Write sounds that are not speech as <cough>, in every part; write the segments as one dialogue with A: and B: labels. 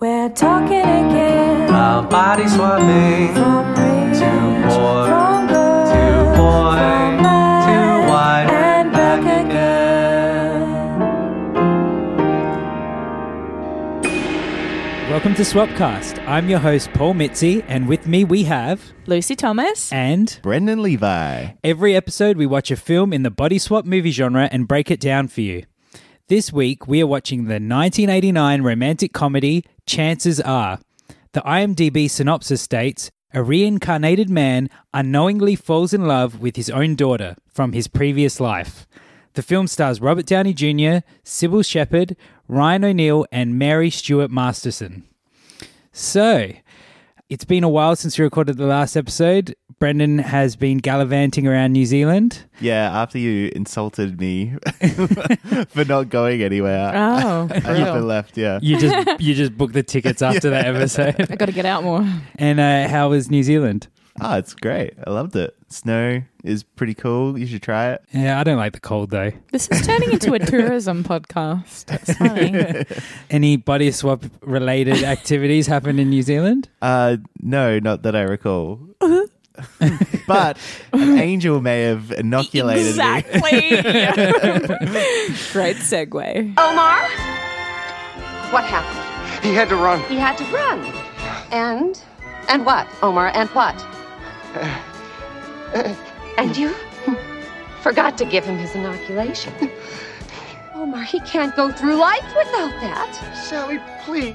A: We're talking again.
B: About body swapping.
A: From rich
B: Two poor.
A: from good,
B: Two boy.
A: from
B: Two
A: bad,
B: wine.
A: and back
B: again.
C: Welcome to Swapcast. I'm your host, Paul Mitzi, and with me we have.
D: Lucy Thomas.
C: And
E: Brendan Levi.
C: every episode, we watch a film in the body swap movie genre and break it down for you. This week, we are watching the 1989 romantic comedy Chances Are. The IMDb synopsis states A reincarnated man unknowingly falls in love with his own daughter from his previous life. The film stars Robert Downey Jr., Sybil Shepherd, Ryan O'Neill, and Mary Stuart Masterson. So, it's been a while since we recorded the last episode. Brendan has been gallivanting around New Zealand.
E: Yeah, after you insulted me <laughs> for not going anywhere,
D: Oh,
E: I up and left. Yeah,
C: You just you just booked the tickets after <laughs> that
D: I
C: episode.
D: got to get out more.
C: And uh, how was New Zealand?
E: oh, it's great. I loved it. Snow is pretty cool. You should try it.
C: Yeah, I don't like the cold though.
D: This is turning into a tourism podcast. It's funny.
C: Any body swap <laughs> related activities happened in New Zealand?
E: Uh, no, not that I
D: <laughs>
E: recall. but an angel may have inoculated me.
D: <laughs> exactly. Great segue.
F: Omar? What happened?
G: He had to run.
F: He had to run. And? And what, Omar? And what? And you? Forgot to give him his inoculation. Omar, he can't go through life without that.
G: Sally, please.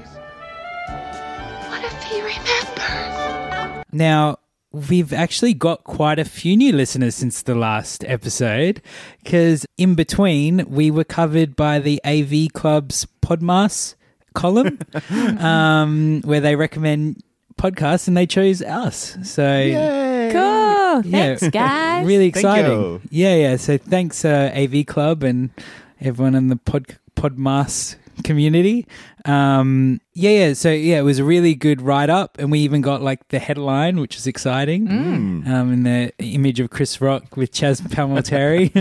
F: What if he remembers?
C: Now, we've actually got quite a few new listeners since the last episode because in between we were covered by the AV Club's Podmas column <laughs> um, where they recommend podcasts and they chose us. So,
D: Cool.
C: Yeah.
D: Oh, Thanks, guys.
C: really
E: Thank
C: exciting.
E: you.
C: Yeah, yeah. So, thanks, uh, AV Club and everyone in the pod- Podmas community. Um, yeah, yeah. So, yeah, it was a really good write up. And we even got like the headline, which is exciting. Um, and the image of Chris Rock with Chaz Palmel
E: <laughs>
C: Terry.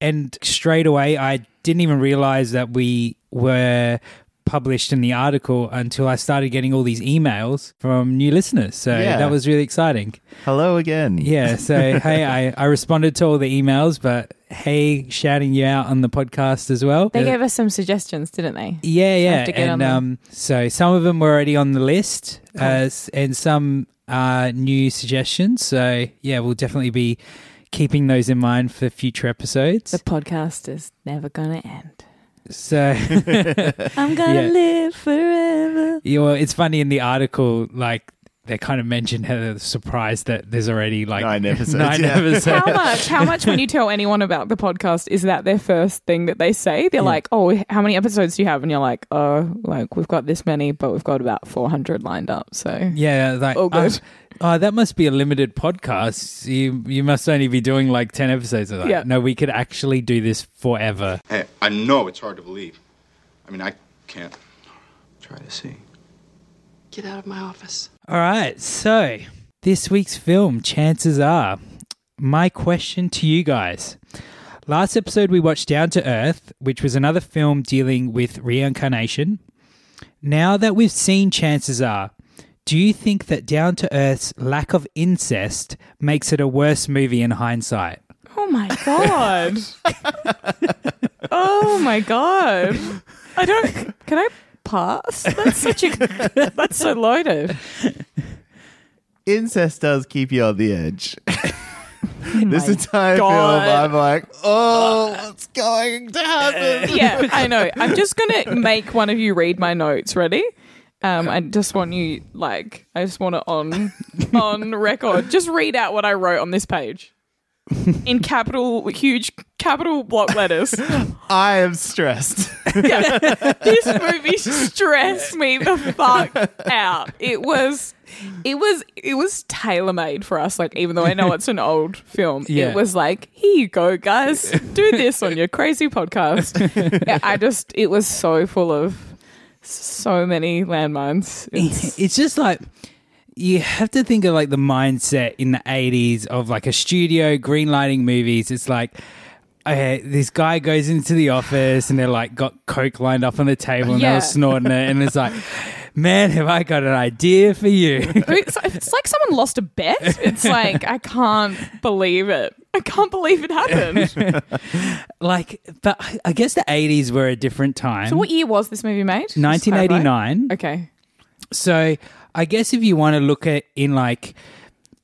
C: and straight away, I didn't even realize that we were published in the article until I started getting all these emails from new listeners. So
E: Yeah.
C: that was really exciting.
E: Hello again. <laughs>
C: Yeah. So, hey, I, I responded to all the emails, but hey, shouting you out on the podcast as well. Uh,
D: They gave us some suggestions, didn't they?
C: yeah, yeah.
D: to get on
C: And
D: them.
C: um, so some of them were already on the list uh, s- and some are new suggestions. So, yeah, we'll definitely be keeping those in mind for future
D: The
C: episodes.
D: podcast is never going to end.
C: So, <laughs>
D: I'm going to
C: Yeah.
D: live forever.
C: yeah, well, it's funny in the article, like, they kind of mentioned how they're surprised that there's already like
E: Nine episodes,
C: <laughs> Nine
E: yeah.
C: episodes.
D: How much? How much when you tell anyone about the podcast is that their first thing that they say? They're like, "Oh, how many episodes do you have?" And you're like, "Oh, like we've got this many, but we've got about 400 lined up." So
C: Yeah, like
D: Oh, good.
C: Oh, oh, that must be a limited podcast. You you must only be doing like ten episodes of that.
D: Yeah.
C: No, we could actually do this forever.
H: Hey, I know it's hard to believe. I mean, I can't. Try to see.
F: Get out of my office.
C: All right, so this week's film, chances are, my question to you guys. Last episode we watched Down to Earth, which was another film dealing with reincarnation. Now that we've seen Chances Are, do you think that Down to Earth's lack of incest makes it a worse movie in hindsight?
D: Oh my god. oh my god. I don't can I pass? That's such a that's so loaded.
E: Incest does keep you on the edge. <laughs> this
D: my
E: entire
D: God.
E: film, I'm like, oh, what's going to happen?
D: Yeah, I know. I'm just gonna make one of you read my notes, ready? Um, I just want you like I just want it on on record. Just read out what I wrote on this page. in capital, huge capital block letters.
E: I am stressed.
D: this movie stressed me the fuck out. It was, it was, it was tailor made for us. Like, even though I know it's an old film,
C: Yeah.
D: it was like, here you go, guys, do this on your crazy podcast. Yeah, I just, it was so full of so many landmines.
C: <laughs>
D: It's-
C: it's just like you have to think of like the mindset in the 80s of like a studio greenlighting movies it's like okay, this guy goes into the office and they're like got coke lined up on the table and
D: Yeah.
C: they're snorting it and it's like man have i got an idea for you <laughs>
D: it's, it's like someone lost a bet. It's like I can't believe it. I can't believe it happened.
C: like but I- i guess the 80s were a different time
D: So what year was this movie made? Just clarify.
C: 1989
D: Okay.
C: So I guess if you want to look at in like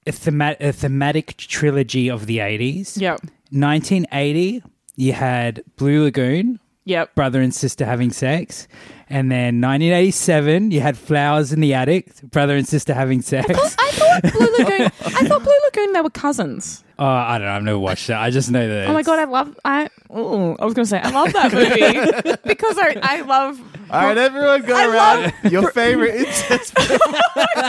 C: a, thema- a thematic trilogy of the 80s,
D: Yep.
C: 1980, you had Blue Lagoon,
D: Yep.
C: brother and sister having sex. And then 1987, you had Flowers in the Attic, brother and sister having sex.
D: I thought
C: <laughs>
D: Blue Lagoon. I thought Blue Lagoon. They were cousins.
C: oh, I don't know. I've never watched that. I just know that.
D: Oh my god, I love. I. Ooh, I was gonna say I love
C: <laughs>
D: that movie because I, I love.
E: All right, everyone, go
D: I
E: around <laughs> your favorite
D: <laughs>
E: incest.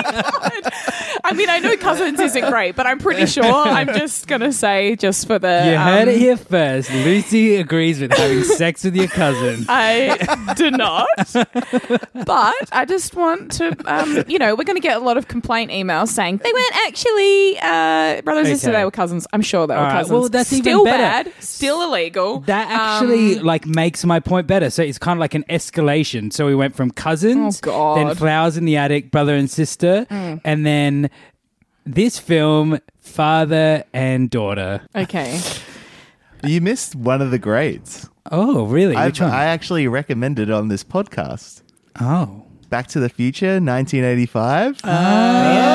D: I mean, I know cousins isn't great, but I'm pretty sure.
C: <laughs>
D: I'm just gonna say just for the.
C: You heard
D: um,
C: it here first. Lucy agrees with
D: <laughs>
C: having sex with your cousin.
D: Uh, I do not. But I just want to, um, you know, we're going to get a lot of complaint emails saying they weren't actually uh, brothers and sisters,
C: Okay.
D: they were cousins. I'm sure they were
C: All right.
D: cousins.
C: Well, that's even
D: still
C: better.
D: bad, still illegal.
C: That
D: Um,
C: actually like makes my point better. So it's kind of like an escalation. So we went from cousins,
D: Oh, God. Mm.
C: then flowers in the attic, brother and sister, and then this film, father and daughter. <laughs>
D: Um, okay.
E: you missed one of the greats.
C: Oh, really?
E: I've-
C: Which one?
E: I actually recommended on this podcast.
C: oh,
E: Back to the Future, 1985.
D: Uh,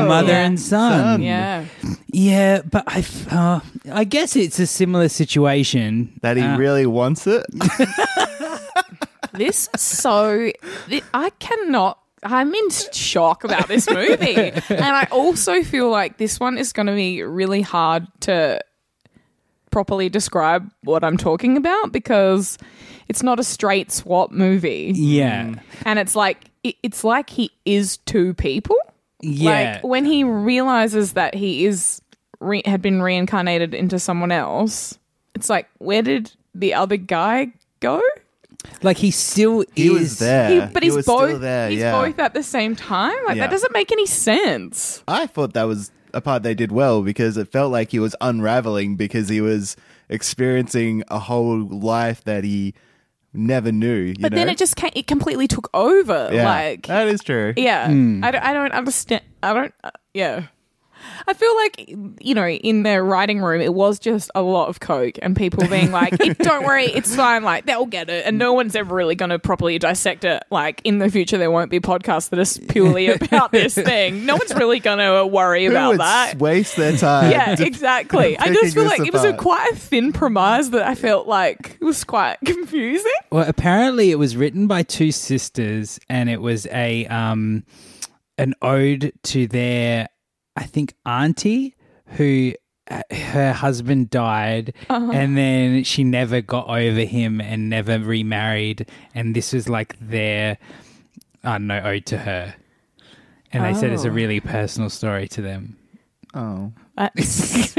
E: Oh.
C: mother
D: yeah.
C: and son.
D: Yeah.
C: Yeah, but I, uh, I guess it's a similar situation. Uh,
E: that he
D: uh.
E: really wants it.
D: This so thi- I cannot. I'm in shock about this movie, and I also feel like this one is going to be really hard to properly describe what I'm talking about because it's not a straight swap movie,
C: Yeah,
E: Mm.
D: and it's like it, it's like he is two people.
C: yeah.
D: Like when he realizes that he is re- had been reincarnated into someone else, it's like where did the other guy go?
C: like he still
E: He
C: is
E: was there.
D: He, but
E: He
D: he's
E: was
D: both.
E: still there.
D: he's
E: yeah.
D: both at the same time. Like
E: Yeah.
D: that doesn't make any sense.
E: I thought that was a part they did well because it felt like he was unraveling because he was experiencing a whole life that he never knew. You
D: But then
E: know?
D: it just ca it completely took over.
E: yeah.
D: Like
E: that Hmm. is true.
D: yeah, I, don't, I don't understand. I don't. Uh, yeah. I feel like you know, in their writing room, it was just a lot of coke and people
E: <laughs>
D: being like, "It- "Don't worry, it's fine. Like they'll get it." And no one's ever really going to properly dissect it. Like in the future, there won't be podcasts that are
E: <laughs>
D: purely about this thing. No one's really going to worry
E: Who
D: about
E: would
D: that.
E: waste their time?
D: yeah,
E: to-
D: exactly. <laughs> I
E: picking
D: just feel
E: this
D: like it was Uh, a
E: apart.
D: quite a thin premise that I felt like it was quite <laughs> confusing.
C: Well, apparently it was written by two sisters, and it was a um, an ode to their, I think, auntie who uh, her husband died,
D: Uh-huh.
C: and then she never got over him and never remarried, and this was like their, I don't know, ode to her. And they said it's a
D: Oh.
C: really personal story to them.
E: Oh.
D: <laughs> That's,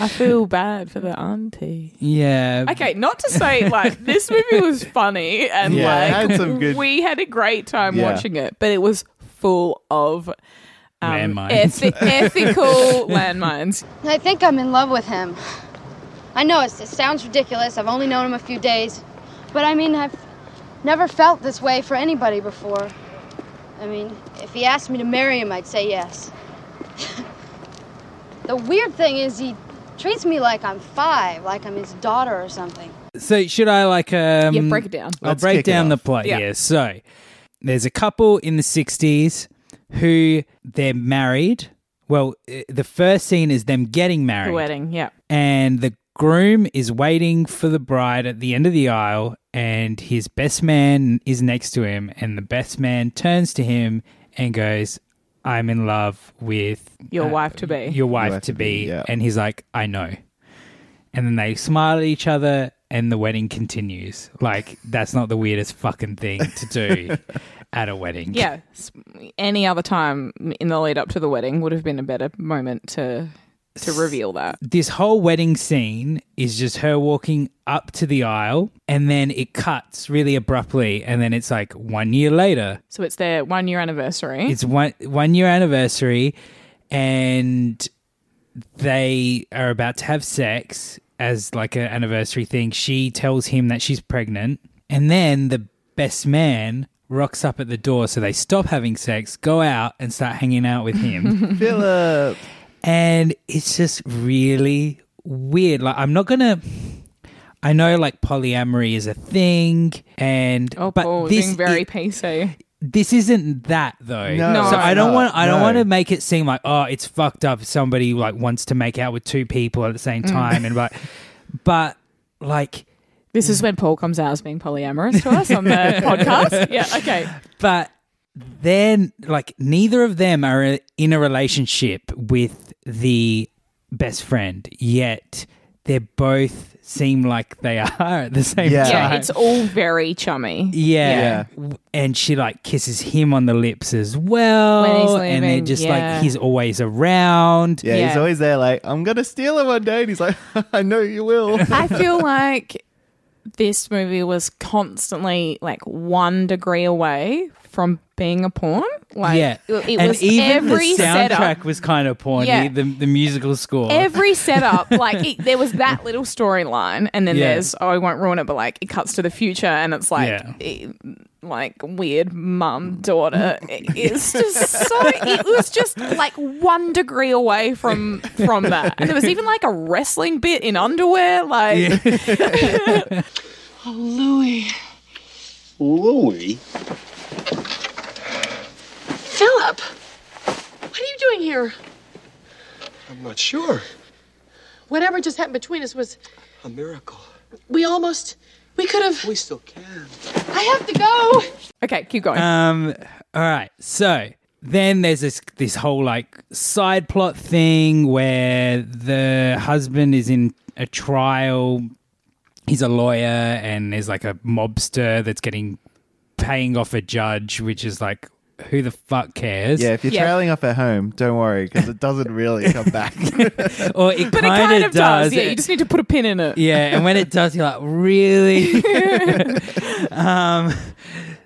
D: I feel bad for the auntie.
C: Yeah.
D: Okay, not to say like this movie <laughs> was funny and
E: Yeah, it
D: like
E: had some good-
D: we had a great time
E: Yeah.
D: watching it, but it was full of um,
C: Landmines.
D: ethi- ethical landmines.
G: I think I'm in love with him. I know it's, it sounds ridiculous. I've only known him a few days. But I mean, I've never felt this way for anybody before. I mean, if he asked me to marry him, I'd say yes. <laughs> the weird thing is, he treats me like I'm five, like I'm his daughter or something.
C: So should I like um
D: Yeah, break it down.
C: I'll
E: Let's
C: break
E: kick it
C: down the
E: off.
C: plot. Yeah.
D: Yeah.
C: So there's a couple in the 60s who they're married. Well, uh, the first scene is them getting
D: The
C: married.
D: wedding, yeah.
C: And the groom is waiting for the bride at the end of the aisle and his best man is next to him and the best man turns to him and goes, I'm in love with uh,
D: Your wife to be.
C: Your wife,
E: wife
C: to
E: to
C: be.
E: be, yeah.
C: And he's like, I know. And then they smile at each other and the wedding continues. Like, that's not the weirdest fucking thing to
E: <laughs>
C: do at a wedding.
D: yeah, s- any other time in the lead up to the wedding would have been a better moment to to reveal that.
C: This whole wedding scene is just her walking up to the aisle and then it cuts really abruptly. And then it's like one year later.
D: So it's their one year anniversary.
C: It's one one year anniversary, and they are about to have sex as like an anniversary thing. She tells him that she's pregnant, and then the best man rocks up at the door, so they stop having sex, go out, and start hanging out with him.
E: Philip.
C: and it's just really weird. Like I'm not gonna. I know like polyamory is a thing, and
D: oh,
C: but
D: Paul,
C: this
D: being very
C: i- <laughs>
D: PC.
C: this isn't that though.
E: No,
D: No.
C: so I don't
E: no,
C: want I don't
E: no.
C: want to make it seem like oh it's fucked up if somebody like wants to make out with two people at the
D: Mm.
C: same time and
D: <laughs>
C: like but like
D: This is when Paul comes out as being polyamorous to
C: <laughs>
D: us on the podcast. Yeah, okay.
C: but then like neither of them are in a relationship with the best friend yet they both seem like they <laughs> are at the same
E: Yeah.
C: time.
D: Yeah, it's all very chummy.
C: Uh, Yeah. And she like kisses him on the lips as well.
D: When he's
C: and they're
D: leaving,
C: just
D: yeah.
C: like, he's always around.
E: Yeah,
D: Yeah.
E: he's always there like, I'm going to steal it one day. And he's like, <laughs> I know you
C: <laughs>
E: will.
D: I feel like this movie was constantly like one degree away from being a porn. Like,
C: yeah.
D: it it
C: and
D: was
C: even
D: every
C: the soundtrack
D: setup.
C: was kind of porny,
D: Yeah.
C: the, the musical score. <laughs>
D: Every setup, like it, there was that little storyline, and then
C: Yeah.
D: there's oh, I won't ruin it, but like it cuts to the future, and it's like,
C: Yeah.
D: it- like weird mum daughter. It- It's just so. It was just like one degree away from from that, and there was even like a wrestling bit in underwear. Like,
F: Louis.
H: Louie?
F: Philip! What are you doing here?
H: I'm not sure.
F: Whatever just happened between us was.
H: A miracle.
F: We almost. We could have.
H: We still can.
F: I have to go!
D: okay, keep going.
C: Um, all right. So then there's this this whole like side plot thing where the husband is in a trial. He's a lawyer, and there's like a mobster that's getting paying off a judge, which is like, who the fuck cares?
E: yeah, if you're
D: Yeah.
E: trailing off at home, don't worry because it doesn't
C: <laughs>
E: really come back.
C: Or it
D: But it
C: kind of does.
D: Yeah, you just need to put a pin in it.
C: Yeah, and when
D: <laughs>
C: it does, you're like, really? um,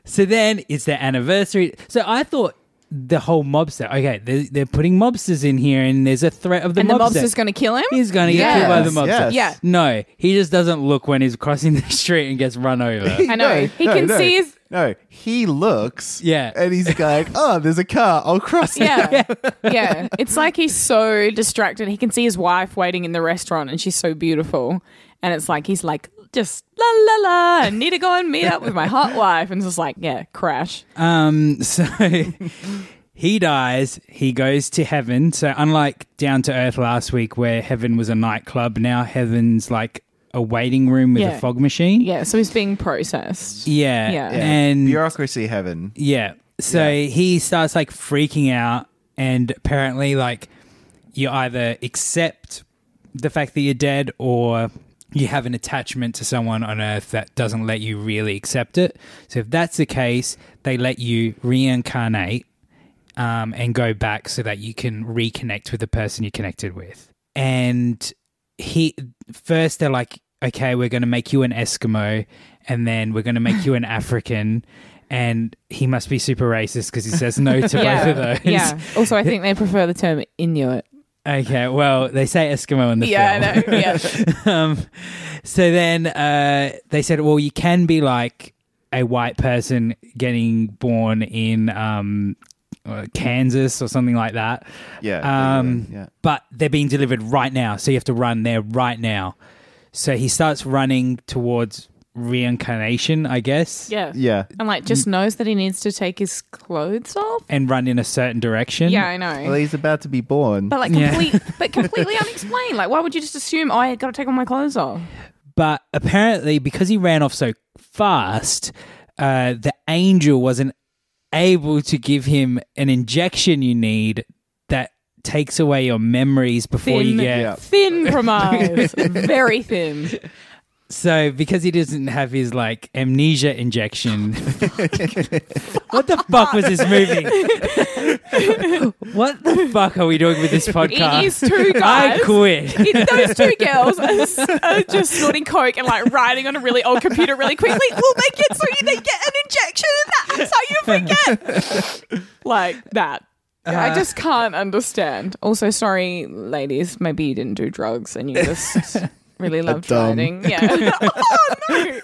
C: so then it's their anniversary. So I thought the whole mobster. Okay, they're, they're putting mobsters in here, and there's a threat of the
D: and the
C: mobster.
D: mobster's going to kill him.
C: He's going to get
D: Yes,
C: killed by the
E: yes.
C: mobster.
D: Yeah.
C: No, he just doesn't look when he's crossing the street and gets run
D: <laughs>
C: over.
D: I know. he
E: <laughs> no,
D: can
E: no.
D: see his.
E: No, he looks.
C: Yeah.
E: And he's
C: <laughs>
E: like, oh, there's a car. I'll cross it.
D: Yeah. yeah. It's like he's so distracted. He can see his wife waiting in the restaurant and she's so beautiful. And it's like he's like, just la la la, I need to go and meet up with my hot wife. And it's just like, yeah, crash.
C: Um, so he dies. He goes to heaven. So unlike Down to Earth last week, where heaven was a nightclub, now heaven's like a waiting room with
D: Yeah.
C: a fog machine.
D: Yeah. So he's being processed.
C: Yeah.
D: Yeah. Yeah.
C: <laughs> And
E: Bureaucracy heaven.
C: yeah. So he starts like freaking out and apparently like you either accept the fact that you're dead or you have an attachment to someone on earth that doesn't let you really accept it. So if that's the case, they let you reincarnate um, and go back so that you can reconnect with the person you connected with. And he first they're like, okay, we're going to make you an Eskimo, and then we're going to make you
D: <laughs>
C: an African, and he must be super racist because he says no to
D: <laughs> yeah.
C: both of those.
D: Yeah. Also, I think they prefer the term Inuit.
C: Okay, well they say Eskimo in the film.
D: Yeah. I know. Yeah.
C: um, <laughs> so then uh, they said, well, you can be like a white person getting born in um, uh, Kansas or something like that.
E: Oh, Yeah.
C: Um,
E: yeah.
C: But they're being delivered right now. So you have to run there right now. So he starts running towards reincarnation, I guess,
D: Yeah.
E: Yeah.
D: And like just knows that he needs to take his clothes off.
C: and run in a certain direction.
D: Yeah, I know.
E: Well, he's about to be born.
D: But like
C: Yeah.
D: complete, but completely unexplained. Like, why would you just assume? Oh, I got to take all my clothes off.
C: But apparently, because he ran off so fast, uh, the angel wasn't able to give him an injection you need that takes away your memories before
D: Thin,
C: you get.
D: thin promise, very thin.
C: So because he doesn't have his like amnesia injection. what the fuck was this
D: <laughs>
C: movie? what the fuck are we doing with this podcast?
D: It is two
C: I
D: guys.
C: quit.
D: It, those two girls are, s- are just snorting coke and like writing on a really old computer really quickly. We'll make it so you they get an injection and that's how you forget. Like that. I just can't understand. Also, sorry, ladies. Maybe you didn't do drugs and you just really loved
E: dumb.
D: writing. Yeah. <laughs> oh no.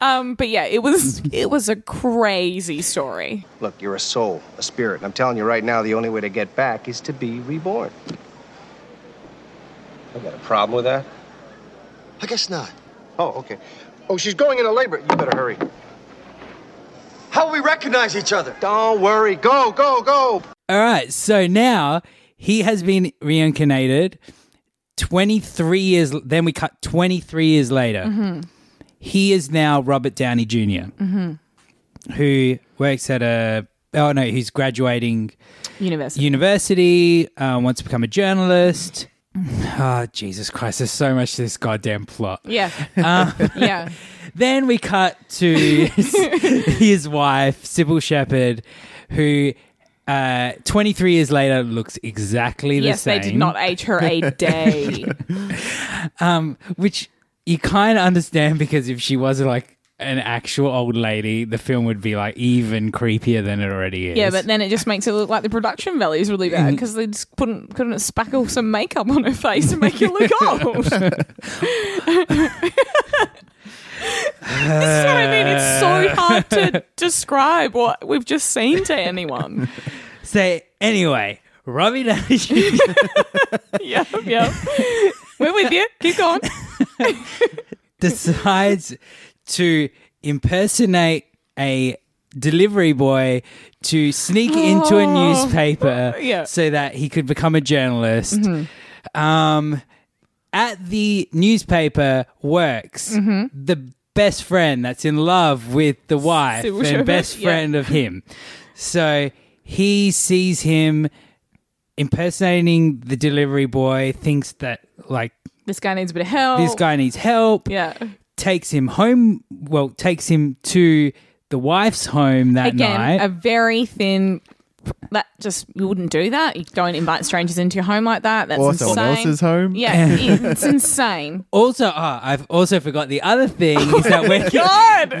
D: Um. But yeah, it was it was a crazy story.
I: Look, you're a soul, a spirit, and I'm telling you right now, the only way to get back is to be reborn. I got a problem with that?
J: I guess not.
I: Oh, okay. Oh, she's going into labor. You better hurry.
K: How we recognize each other?
I: Don't worry. Go, go, go.
C: All right. So now he has been reincarnated 23 years. Then we cut 23 years later. He is now Robert Downey junior who works at a. Oh, no. He's graduating
D: University.
C: university, uh, wants to become a journalist. <sighs> Oh, Jesus Christ. There's so much to this goddamn plot.
D: yeah.
C: Uh,
D: <laughs>
C: <laughs>
D: yeah.
C: Then we cut to
D: <laughs>
C: his wife, Sybil Shepherd, who uh, 23 years later looks exactly the
D: Yes,
C: same.
D: they did not age her a
C: <laughs>
D: day.
C: Which you kind of understand because if she was like an actual old lady, the film would be like even creepier than it already is.
D: Yeah, but then it just makes it look like the production value is really
C: Mm.
D: bad because they just couldn't couldn't spackle some makeup on her face to make
C: <laughs>
D: it look old. <laughs> this is what I mean. It's
C: Uh.
D: so hard to describe what we've just seen
C: <laughs>
D: to anyone.
C: So, anyway, Robbie <laughs> Downey Jr.
D: Yeah, yeah. We're with you. Keep going.
C: <laughs> decides to impersonate a delivery boy to sneak into a newspaper
D: Oh. <laughs> Yeah. Mm-hmm.
C: so that he could become a journalist. Um, at the newspaper works
D: Mm-hmm.
C: the best friend that's in love with the
D: <laughs>
C: wife
D: Sybil
C: and
D: Shepherd,
C: best
D: yeah.
C: friend of him. So he sees him impersonating the delivery boy, thinks that like
D: This guy needs a bit of help.
C: this guy needs help
D: Oh. Yeah.
C: takes him home. Well, takes him to the wife's home that
D: Again,
C: night.
D: a very thin. That just you wouldn't do that. You don't invite strangers into your home like that. That's
E: Or someone
D: insane.
E: else's home. <laughs>
D: Yeah,
C: <laughs>
D: it's insane.
C: also, ah, I've also forgot the other thing is that
D: <laughs>
C: when he,
D: God!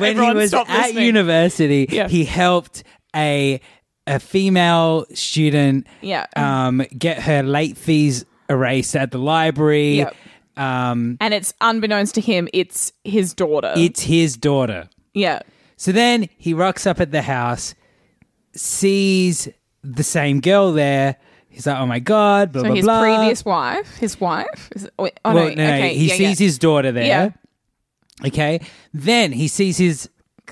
C: when he
D: Oh, Everyone
C: was
D: stop
C: at
D: listening.
C: university,
D: Yeah.
C: he helped a a female student
D: Yeah.
C: um, get her late fees erased at the library.
D: Yep.
C: Um,
D: and it's unbeknownst to him, it's his daughter.
C: it's his daughter.
D: yeah,
C: So then he rocks up at the house, sees the same girl there. He's like, "Oh my god!" Blah
D: so
C: blah
D: his
C: blah.
D: previous wife, his wife. Is, oh, wait, oh
C: well,
D: no,
C: no, no,
D: okay,
C: he
D: yeah,
C: sees
D: yeah.
C: his daughter there.
D: Yeah.
C: Okay. Then he sees his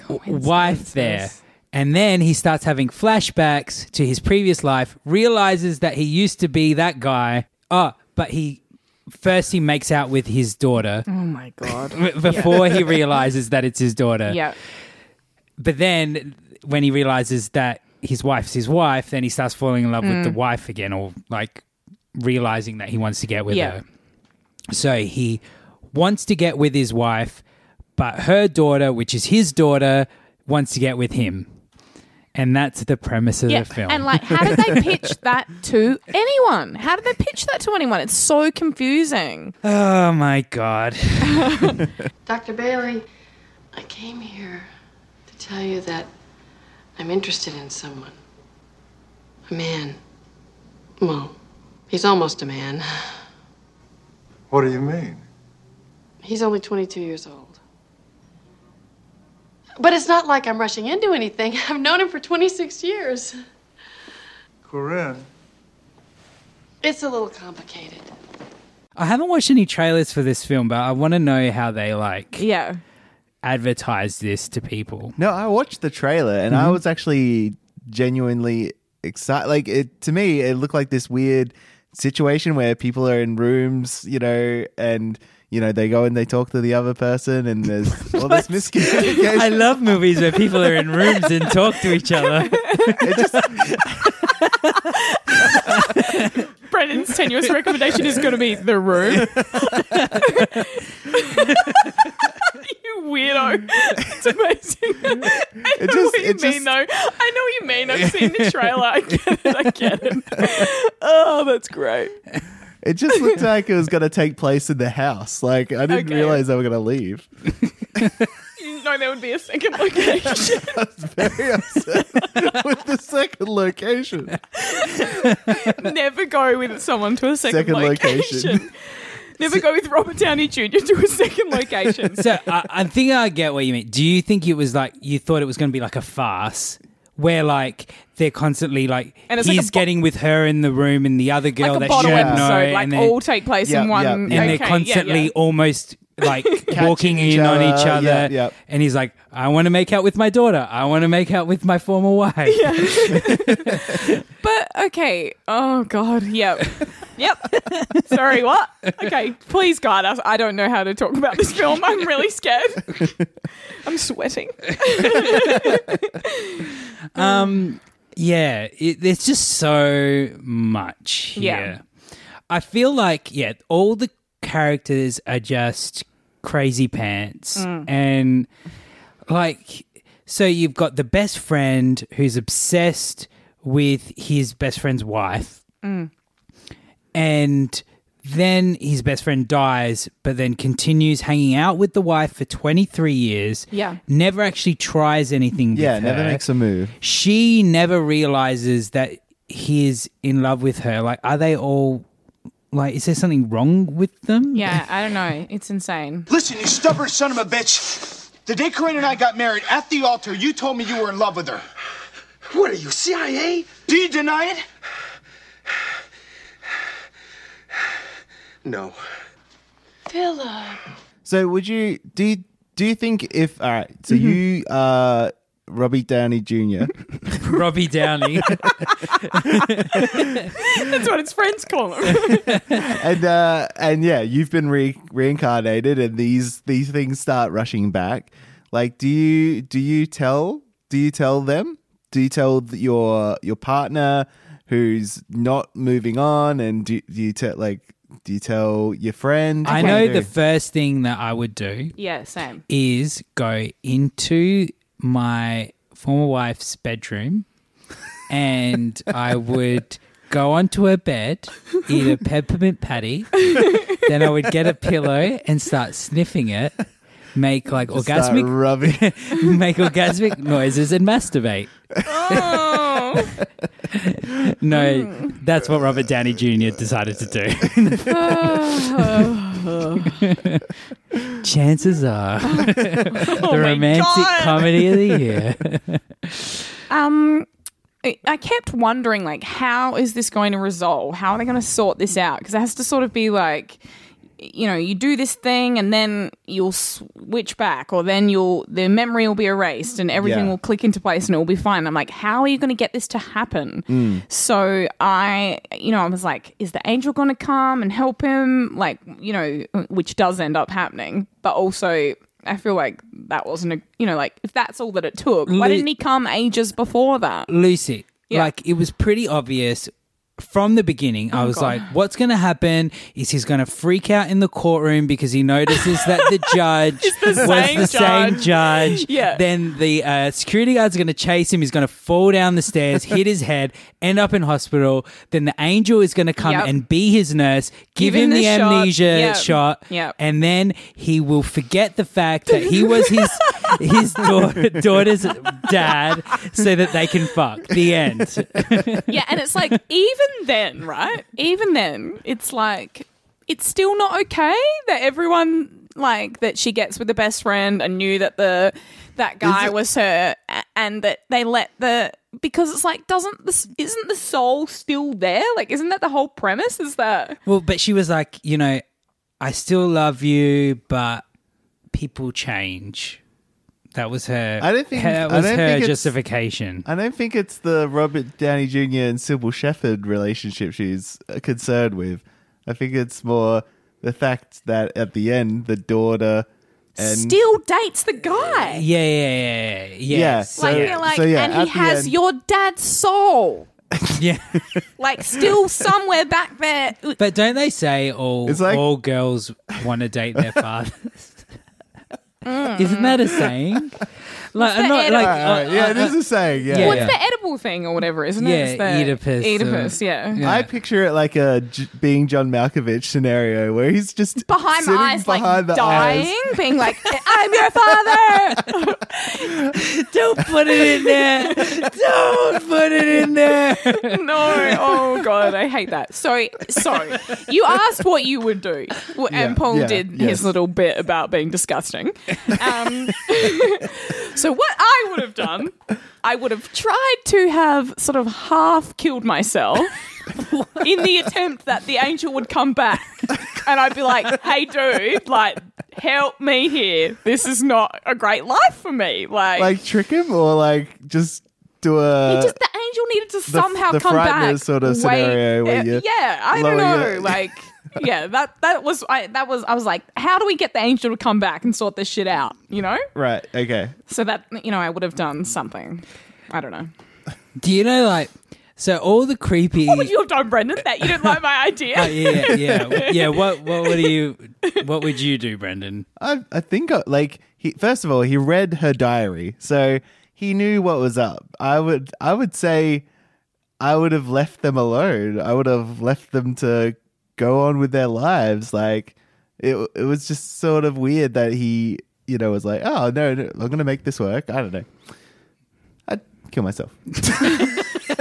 C: w- wife there. And then he starts having flashbacks to his previous life, realizes that he used to be that guy. Oh, but he first he makes out with his daughter
D: Oh my god.
C: before he realizes that it's his daughter.
D: yeah,
C: But then when he realizes that his wife's his wife, then he starts falling in love with
D: Mm.
C: the wife again or like realizing that he wants to get with
D: Yeah.
C: her. So he wants to get with his wife, but her daughter, which is his daughter, wants to get with him. And that's the premise of
D: yeah.
C: the film.
D: And like, how
C: <laughs>
D: did they pitch that to anyone? How did they pitch that to anyone? It's
C: <laughs>
D: so confusing.
C: oh my god.
K: Dr. Bailey, I came here to tell you that I'm interested in someone. A man. Well, he's almost a man.
H: What do you mean?
K: He's only 22 years old. But it's not like I'm rushing into anything. <laughs> I've known him for 26 years.
H: Corinne.
K: It's a little complicated.
C: I haven't watched any trailers for this film, but I want to know how they like
D: Yeah,
C: advertise this to people.
E: No, I watched the trailer and I was actually genuinely excited. Like it to me, it looked like this weird situation where people are in rooms, you know, and you know, they go and they talk to the other person, and there's all this miscommunication.
C: I love movies where people are in rooms and talk to each other.
D: Brendan's tenuous recommendation is going to be
E: <laughs>
D: The Room. you weirdo. It's amazing. I know
E: It just-
D: what you
E: it
D: mean,
E: just-
D: though. I know what you mean. I've seen the trailer. I get it. I get it. Oh, that's great.
E: It just looked like it was going to take place in the house. Like I didn't
D: Okay.
E: realize they were going to leave. <laughs>
D: You didn't know there would be a second location. <laughs>
E: I was very upset with the second location.
D: Never go with someone to a second,
E: Second location.
D: location. <laughs> Never go with Robert Downey Jr. to a
C: <laughs>
D: second location.
C: So I, I think I get what you mean. Do you think it was like you thought it was going to be like a farce where like they're constantly like
D: And it's
C: he's
D: like a bo-
C: getting with her in the room and the other girl
D: like a
C: that she
D: bottle
C: don't
D: episode,
C: know,
D: like
C: and they're,
D: all take place
E: Yeah,
D: in one.
E: yeah,
C: and
E: yeah.
C: they're
D: okay, yeah,
C: constantly
D: yeah.
C: almost
D: <laughs>
C: like walking
E: each
C: in on each
E: other,
C: other.
E: yeah, yeah.
C: And he's like, I want to make out with my daughter. I want to make out with my former wife.
D: <laughs> But okay. Oh God. Yep. Yep. <laughs> Sorry. What? Okay. Please guide us. I don't know how to talk about this film. I'm really scared. I'm sweating.
C: Um, yeah, it, there's just so much
D: Yeah.
C: here. I feel like yeah, all the characters are just crazy pants,
D: Mm.
C: and like, so you've got the best friend who's obsessed with his best friend's wife,
D: Mm.
C: and then his best friend dies, but then continues hanging out with the wife for 23 years.
D: Yeah.
C: Never actually tries anything
E: Yeah,
C: with
E: never
C: her
E: makes a move.
C: she never realizes that he is in love with her. Like, are they all like? Is there something wrong with them?
D: Yeah. I don't know. It's insane.
L: Listen, you stubborn son of a bitch. The day Corinne and I got married at the altar, you told me you were in love with her. What are you, CIA? Do you deny it?
I: No.
K: Philip.
E: So would you do? You, do you think if all right? So you are Robbie Downey Jr.
C: <laughs>
E: <laughs>
C: Robbie Downey.
D: That's what his friends call him.
E: and uh, and yeah, you've been re- reincarnated, and these these things start rushing back. Like, do you do you tell do you tell them? Do you tell th- your your partner who's not moving on? And do, do you tell like do you tell your friend?
C: I
E: What do
C: know
E: you
C: the
E: do?
C: first thing that I would do
D: yeah. Same.
C: is go into my former wife's bedroom,
E: <laughs>
C: and I would. Go onto her bed, eat a
E: <laughs>
C: peppermint patty, then I would get a pillow and start sniffing it, make like
E: Start
C: orgasmic
E: <laughs> rubbing.
C: <laughs> make orgasmic noises and masturbate.
D: Oh.
C: No, that's what Robert Downey Jr. decided to do. <laughs> Chances are the romantic
D: Oh, God.
C: comedy of the year.
D: Um, I I kept wondering, like, how is this going to resolve? How are they going to sort this out? Because it has to sort of be like, you know, you do this thing and then you'll switch back, or then you'll the memory will be erased and everything
E: Yeah.
D: will click into place and it will be fine. I'm like, how are you going to get this to happen? So I, you know, I was like, is the angel going to come and help him? Like, you know, which does end up happening, but also. I feel like that wasn't a, you know, like if that's all that it took, why
C: Lu-
D: didn't he come ages before that?
C: Lucy,
D: Yeah. Oh
C: like it was pretty obvious from the beginning. I was like, what's going to happen is he's going to freak out in the courtroom because he notices that
D: <laughs>
C: the judge was
D: same
C: the same
D: judge.
C: judge.
D: Yeah.
C: Then the uh, security guard's going to chase him. He's going to fall down the stairs, hit his head, end up in hospital. Then the angel is going to come
D: Yep.
C: and be his nurse, give, him, the,
D: shot.
C: amnesia
D: Yep.
C: shot,
D: Yep.
C: and then he will forget the fact that he was
D: <laughs>
C: his his daughter, daughter's dad, so that they can fuck. The
D: <laughs>
C: end.
D: yeah, and it's like even
E: <laughs>
D: then, right? Even then, it's like it's still not okay that everyone like that she gets with the best friend and knew that the that guy was her a- and that they let the because it's like doesn't this isn't the soul still there? Like isn't that the whole premise is that
C: Well, but she was like, you know, I still love you, but people change. That was her.
E: I don't think-
C: her,
E: I
C: was
E: don't
C: her
E: think it's-
C: justification.
E: I don't think it's the Robert Downey Jr. and Sybil Shepherd relationship she's uh, concerned with. I think it's more the fact that at the end the daughter and
D: Still dates the guy.
C: Yeah, yeah, yeah, yeah.
E: Yeah,
C: Yes.
D: like you're like, and he has your dad's soul.
C: Yeah.
D: like
E: <laughs>
D: still somewhere back there.
C: But don't they say all
E: It's like-
C: all girls want to
E: <laughs>
C: date their father? Isn't that
E: <laughs>
C: a saying? Like,
D: the
C: I'm not,
D: edi-
C: like
D: Alright, alright,
C: uh,
E: yeah,
C: uh,
E: it is a saying. Yeah,
D: What's the edible thing or whatever, isn't it? It's
C: Yeah,
D: the
C: Oedipus, uh,
D: Oedipus, yeah.
E: I picture it like a J- being John Malkovich scenario where he's just
D: behind the
E: sitting
D: eyes,
E: behind
D: like
E: the eyes.
D: dying, being like, "I'm your father."
C: <laughs>
D: <laughs>
C: Don't put it in there. <laughs> Don't put it
E: <laughs>
C: in there.
D: <laughs> no, oh god, I hate that. So, so you asked what you would do, Well, and
C: Yeah,
D: Paul
C: yeah,
D: did
C: yes.
D: his little bit about being disgusting. Um, <laughs> so, what I would have done, I would have tried to have sort of half
C: <laughs>
D: killed myself. in the attempt that the angel would come back and I'd be like, hey, dude, like, help me here. This is not a great life for me. Like,
E: like trick him or like just do a
D: he just the angel needed to
E: Uh, the-
D: somehow
E: the
D: come
E: Frighteners
D: back.
E: sort of
D: way-
E: scenario where
D: uh,
E: you
D: yeah, I
E: lower
D: don't know,
E: your- <laughs>
D: like. yeah, that that was I that was I was like, how do we get the angel to come back and sort this shit out? You know,
E: right. Okay.
D: so that you know I would have done something. I don't know.
C: Do you know like so all the creepy
D: What would you have done, Brendan? That you didn't like my idea?
C: <laughs> Oh, <laughs> yeah, yeah, yeah. What, what would you, what would you do, Brendan?
E: I I think uh, like he first of all he read her diary, so he knew what was up. I would I would say I would have left them alone. I would have left them to go on with their lives. Like it it was just sort of weird that he you know was like oh no, no I'm gonna make this work. I don't know. I'd kill myself.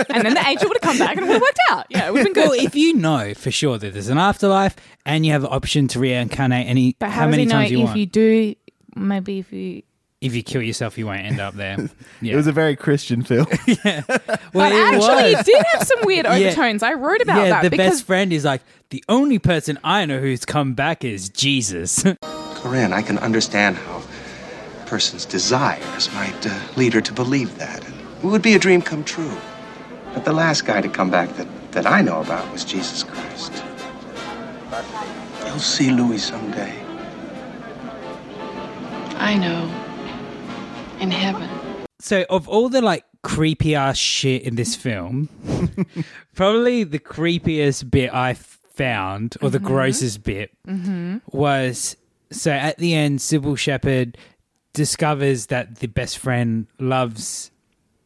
D: And then the angel would have come back and it would have worked out. Yeah, it would have been good.
C: Well, if you know for sure that there's an afterlife and you have the option to reincarnate any,
D: But
C: how, many times you want,
D: do? Maybe if you.
C: if you kill yourself, you won't end up there.
E: <laughs> It was a very Christian film. <laughs>
C: Well, it
D: but actually,
C: was.
D: it did have some
C: <laughs>
D: weird
C: Yeah.
D: overtones. I wrote about
C: yeah,
D: that
C: the
D: because
C: best friend is like the only person I know who's come back is Jesus. <laughs>
M: Corinne, I can understand how a person's desires might uh, lead her to believe that. It would be a dream come true. But the last guy to come back that, that I know about was Jesus Christ. You'll see Louis someday.
K: I know. In heaven.
C: so, of all the like creepy ass shit in this film, probably the creepiest bit I found, or the
N: Mhm.
C: grossest bit,
N: Mm-hmm.
C: was so at the end, Sybil Shepherd discovers that the best friend loves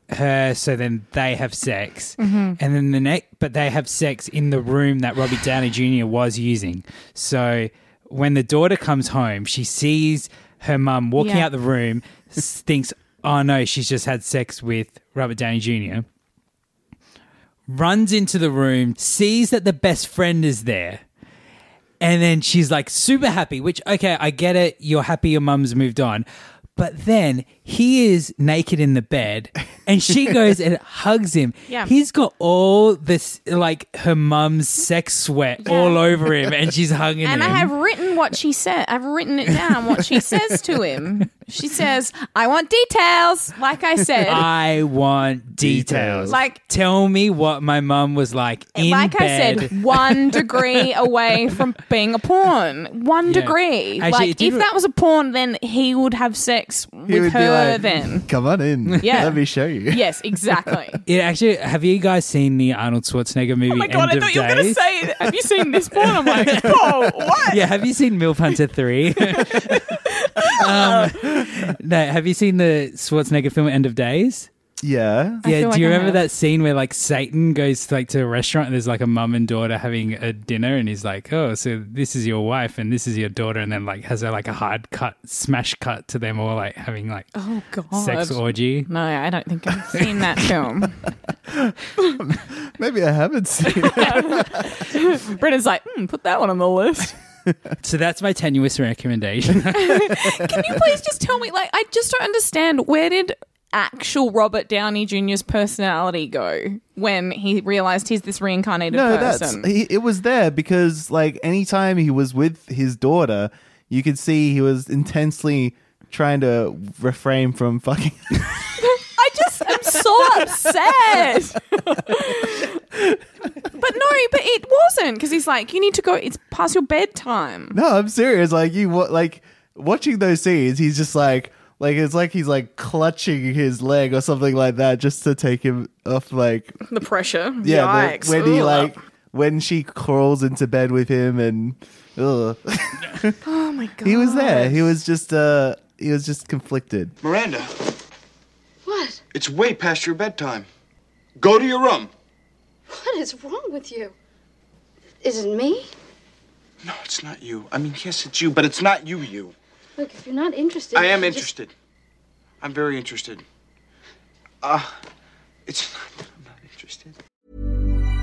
C: her, so then they have sex,
N: Mhm.
C: and then the next, but they have sex in the room that Robbie Downey Jr. was using. So when the daughter comes home, she sees her mum walking
N: Yeah.
C: out the room, s- thinks, "Oh no, she's just had sex with Robert Downey Jr." runs into the room, sees that the best friend is there. And then she's like super happy, which, okay, I get it. You're happy your mum's moved on. But then he is naked in the bed and
D: <laughs>
C: she goes and hugs him.
N: Yeah.
C: He's got all this, like her mum's sex sweat all over him and she's hugging him.
D: And I have written what she said. I've written it down what she says to him. She says, "I want details." Like I said,
C: I want details.
D: Like-
C: tell me what my mum was like in
D: like
C: bed.
D: I said, one degree away from being a pawn. One
C: Yeah.
D: degree.
C: Actually, it
D: like
C: did
D: if
C: re-
D: that was a pawn, then he would have sex
E: He
D: with
E: would be
D: her.
E: like,
D: then
E: come on in.
D: Yeah.
E: Let me show you.
D: yes,
C: <laughs>
D: exactly.
C: It actually. Have you guys seen the Arnold Schwarzenegger movie?
D: Oh my god!
C: End
D: I
C: of
D: thought you were going to
C: Days?
D: say, "Have you seen this porn?" I'm like,
C: <laughs>
D: "Oh, what?"
C: Yeah, have you seen Milf Hunter
E: <laughs>
C: three? um, no, have you seen the Schwarzenegger film End of Days?
E: Yeah.
C: Yeah, do
E: feel like
C: you
E: I
C: remember
E: have.
C: that scene where like Satan goes like to a restaurant and there's like a mum and daughter having a dinner and he's like, "Oh, so this is your wife and this is your daughter," and then like has a like a hard cut, smash cut to them all like having like
D: Oh god!
C: sex
E: <laughs>
C: orgy.
D: No, I don't think I've seen that film.
E: Maybe I haven't
D: <laughs>
E: seen
D: Brendan's like, hmm, put that one on the list.
C: So that's my tenuous
E: <laughs>
C: recommendation.
D: Can you please just tell me? Like, I just don't understand. Where did actual Robert Downey Jr.'s personality go when he realized he's this reincarnated person? <laughs>
E: that's he, it was there because like anytime he was with his daughter, you could see he was intensely trying to refrain from fucking. <laughs>
D: I just am so upset. but no, but it wasn't because he's like, you need to go. It's past your bedtime.
E: No, I'm serious. Like you, wa- like watching those scenes, he's just like, like it's like he's like clutching his leg or something like that, just to take him off. Like,
D: The pressure.
E: yeah,
D: Yikes.
E: the- when he
D: Ugh.
E: like when she crawls into bed with him, and ugh. <laughs>
D: Oh my god.
E: he was there. He was just, uh, he was just conflicted.
H: Miranda,
G: What?
H: it's way past your bedtime. Go to your room.
G: What is wrong with you? Is it me?
H: No, it's not you. I mean, yes, it's you, but it's not you, you.
G: Look, if you're not interested,
H: I am
G: you just-
H: interested. I'm very interested. Uh, it's not that I'm not interested.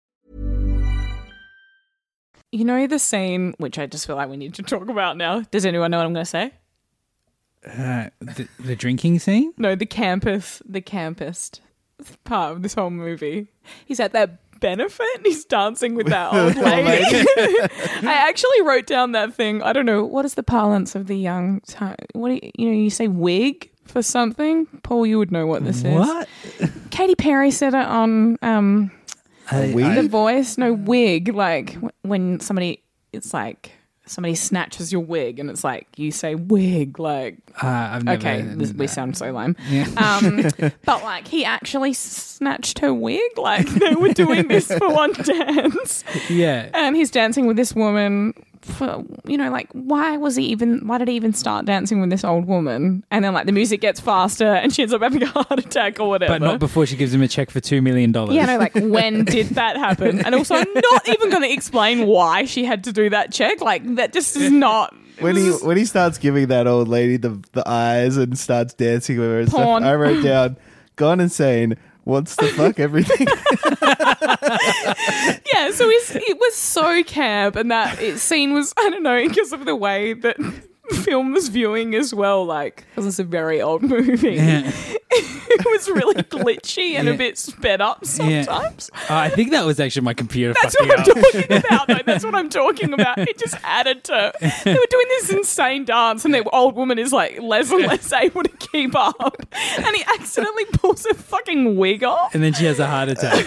D: You know the scene which I just feel like we need to talk about now. Does anyone know what I'm going to say?
C: Uh, the, the drinking scene?
D: No, the campus, the campus part of this whole movie. He's at that benefit and he's dancing with
C: <laughs>
D: that old
C: Oh
D: lady. <laughs> I actually wrote down that thing. I don't know what is the parlance of the young time. What do you, you know? You say wig for something. Paul, you would know what this is.
C: What?
D: Katy Perry said it on um,
C: A
D: The
C: wig?
D: Voice. No wig. Like wh- when somebody, it's like somebody snatches your wig, and it's like you say wig. Like
C: Uh, I've never.
D: okay, this, we sound so lame.
C: Yeah.
D: Um,
C: <laughs>
D: but like he actually snatched her wig. Like they were doing this for
C: <laughs>
D: one dance,
C: Yeah.
D: and he's dancing with this woman. For, you know, like why was he even? Why did he even start dancing with this old woman? And then like the music gets faster, and she ends up having a heart attack or whatever.
C: But not before she gives him a check for $2 million.
D: yeah, no,
C: <laughs>
D: like when did that happen? And also, I'm not even going to explain why she had to do that check. Like that just
C: <laughs>
D: is not.
E: When he when he starts giving that old lady the the eyes and starts dancing with her and
D: Porn.
E: stuff, I
D: <laughs>
E: wrote down, gone insane. Wants to fuck everything.
D: yeah, so it's, it was so camp, and that it, scene was I don't know because of the way that the film was viewing as well. Like, because it's a very old movie, it
C: <laughs>
D: was really glitchy and
C: Yeah.
D: a bit sped up
C: Yeah.
D: sometimes.
C: Uh, I think that was actually my computer
D: That's
C: fucking
D: what I'm
C: up.
D: talking about. Though. That's what I'm talking about. It just added to. They were doing this insane dance, and the old woman is like less and less able to keep up, and he accidentally pulls her fucking wig off.
C: And then she has a heart
D: <laughs>
C: attack.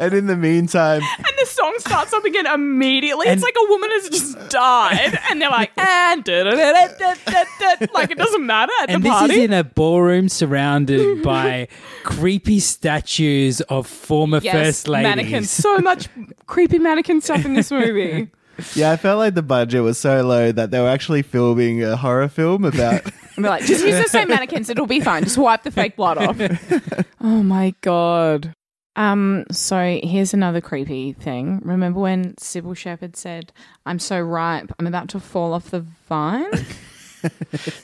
E: and in the meantime,
D: And the song starts up again immediately.
C: And-
D: it's like a woman has just died, and
C: <laughs>
D: they're like, "Ah, and da-da-da-da-da-da-da." like it doesn't matter at
C: and
D: the
C: this
D: party.
C: is in a ballroom surrounded by creepy statues of former first ladies.
D: mannequins. So much creepy mannequin stuff in this <laughs> movie.
E: yeah, I felt like the budget was so low that they were actually filming a horror film
D: <laughs>
E: about.
D: And we're like, just use the same mannequins. It'll be fine. Just wipe the fake blood off. <laughs> oh my god. Um. So here's another creepy thing. Remember when Sybil Shepherd said, "I'm so ripe. I'm about to fall off the vine."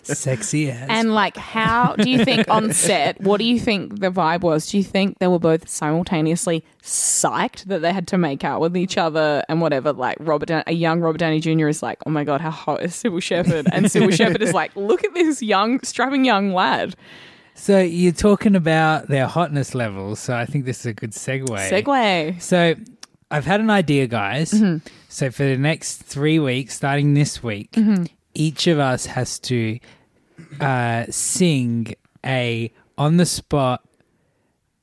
C: Sexy ass.
D: And like, how do you think
C: <laughs>
D: on set? What do you think the vibe was? Do you think they were both simultaneously psyched that they had to make out with each other and whatever? Like Robert, Down- a young Robert Downey Jr. is like, oh my god, how hot is Sybil Shepherd? And
C: <laughs>
D: Sybil Shepherd is like, look at this young, strapping young lad.
C: so you're talking about their hotness levels. So I think this is a good segue.
D: Segway.
C: So I've had an idea, guys.
D: Mm-hmm.
C: So for the next three weeks, starting this week,
D: Mhm.
C: each of us has to uh, sing a on the spot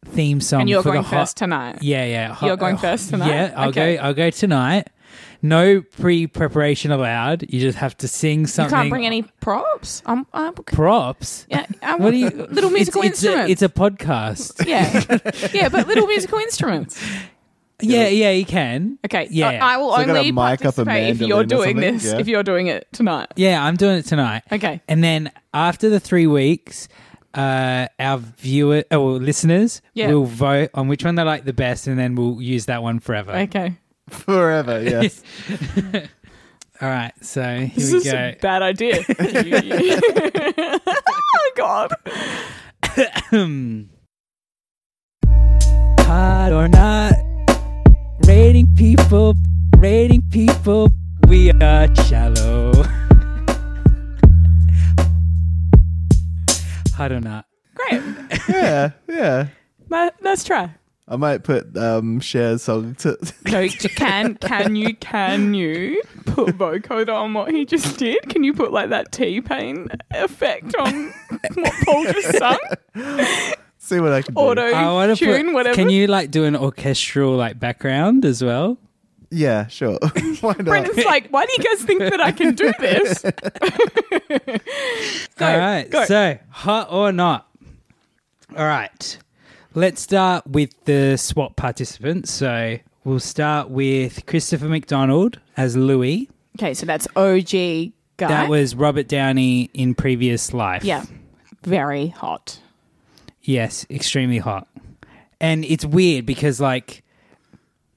C: theme song.
D: And you're
C: for the
D: going
C: hot-
D: first tonight.
C: Yeah, yeah.
D: You're going
C: hot- uh,
D: first tonight?
C: Yeah, I'll
D: Okay.
C: go. I'll go tonight. No pre-preparation allowed. You just have to sing
D: You
C: something.
D: can't bring any props. I'm, I'm
C: props.
D: yeah, I-
C: What do you?
D: <laughs> little musical
C: it's, it's
D: instruments.
C: A, it's a podcast.
D: <laughs> yeah, yeah,
C: <laughs>
D: but little musical instruments.
C: Yeah, yeah, you can.
D: Okay,
C: Yeah.
D: I, I will
C: So I gotta
D: only
C: mic up a
D: participate if
C: mandolin
D: you're
C: or
D: doing
C: something,
D: this.
C: yeah.
D: If you're doing it tonight.
C: Yeah, I'm doing it tonight.
D: Okay.
C: And then after the three weeks, uh, our viewer or listeners
D: Yeah.
C: will vote on which one they like the best, and then we'll use that one forever.
D: Okay.
E: Forever, yes.
C: All right. So here
D: This
C: we
D: is
C: go.
D: a bad <laughs> idea. <laughs> oh God.
C: <clears throat> Hot or not, rating people, rating people. We are shallow. <laughs> I don't know.
D: Great.
E: yeah, yeah.
D: Let, let's try.
E: I might put um Cher's song to. <laughs>
D: No, you can can you can you put vocoder on what he just did? Can you put like that T pain effect on what Paul just <laughs> sung?
E: See what I can
D: do. Auto <laughs>
C: I wanna
D: tune, whatever.
C: Can you like do an orchestral like background as well?
E: Yeah, sure. <laughs> Why not?
D: Brendan's like, why do you guys think that I can do this?
C: All right.
D: go.
C: So, hot or not? All right. Let's start with the swap participants. So, we'll start with Christopher McDonald as Louis.
D: <laughs> Okay, so that's OG guy.
C: That was Robert Downey in previous life.
D: yeah, very hot.
C: Yes, extremely hot. And it's weird because like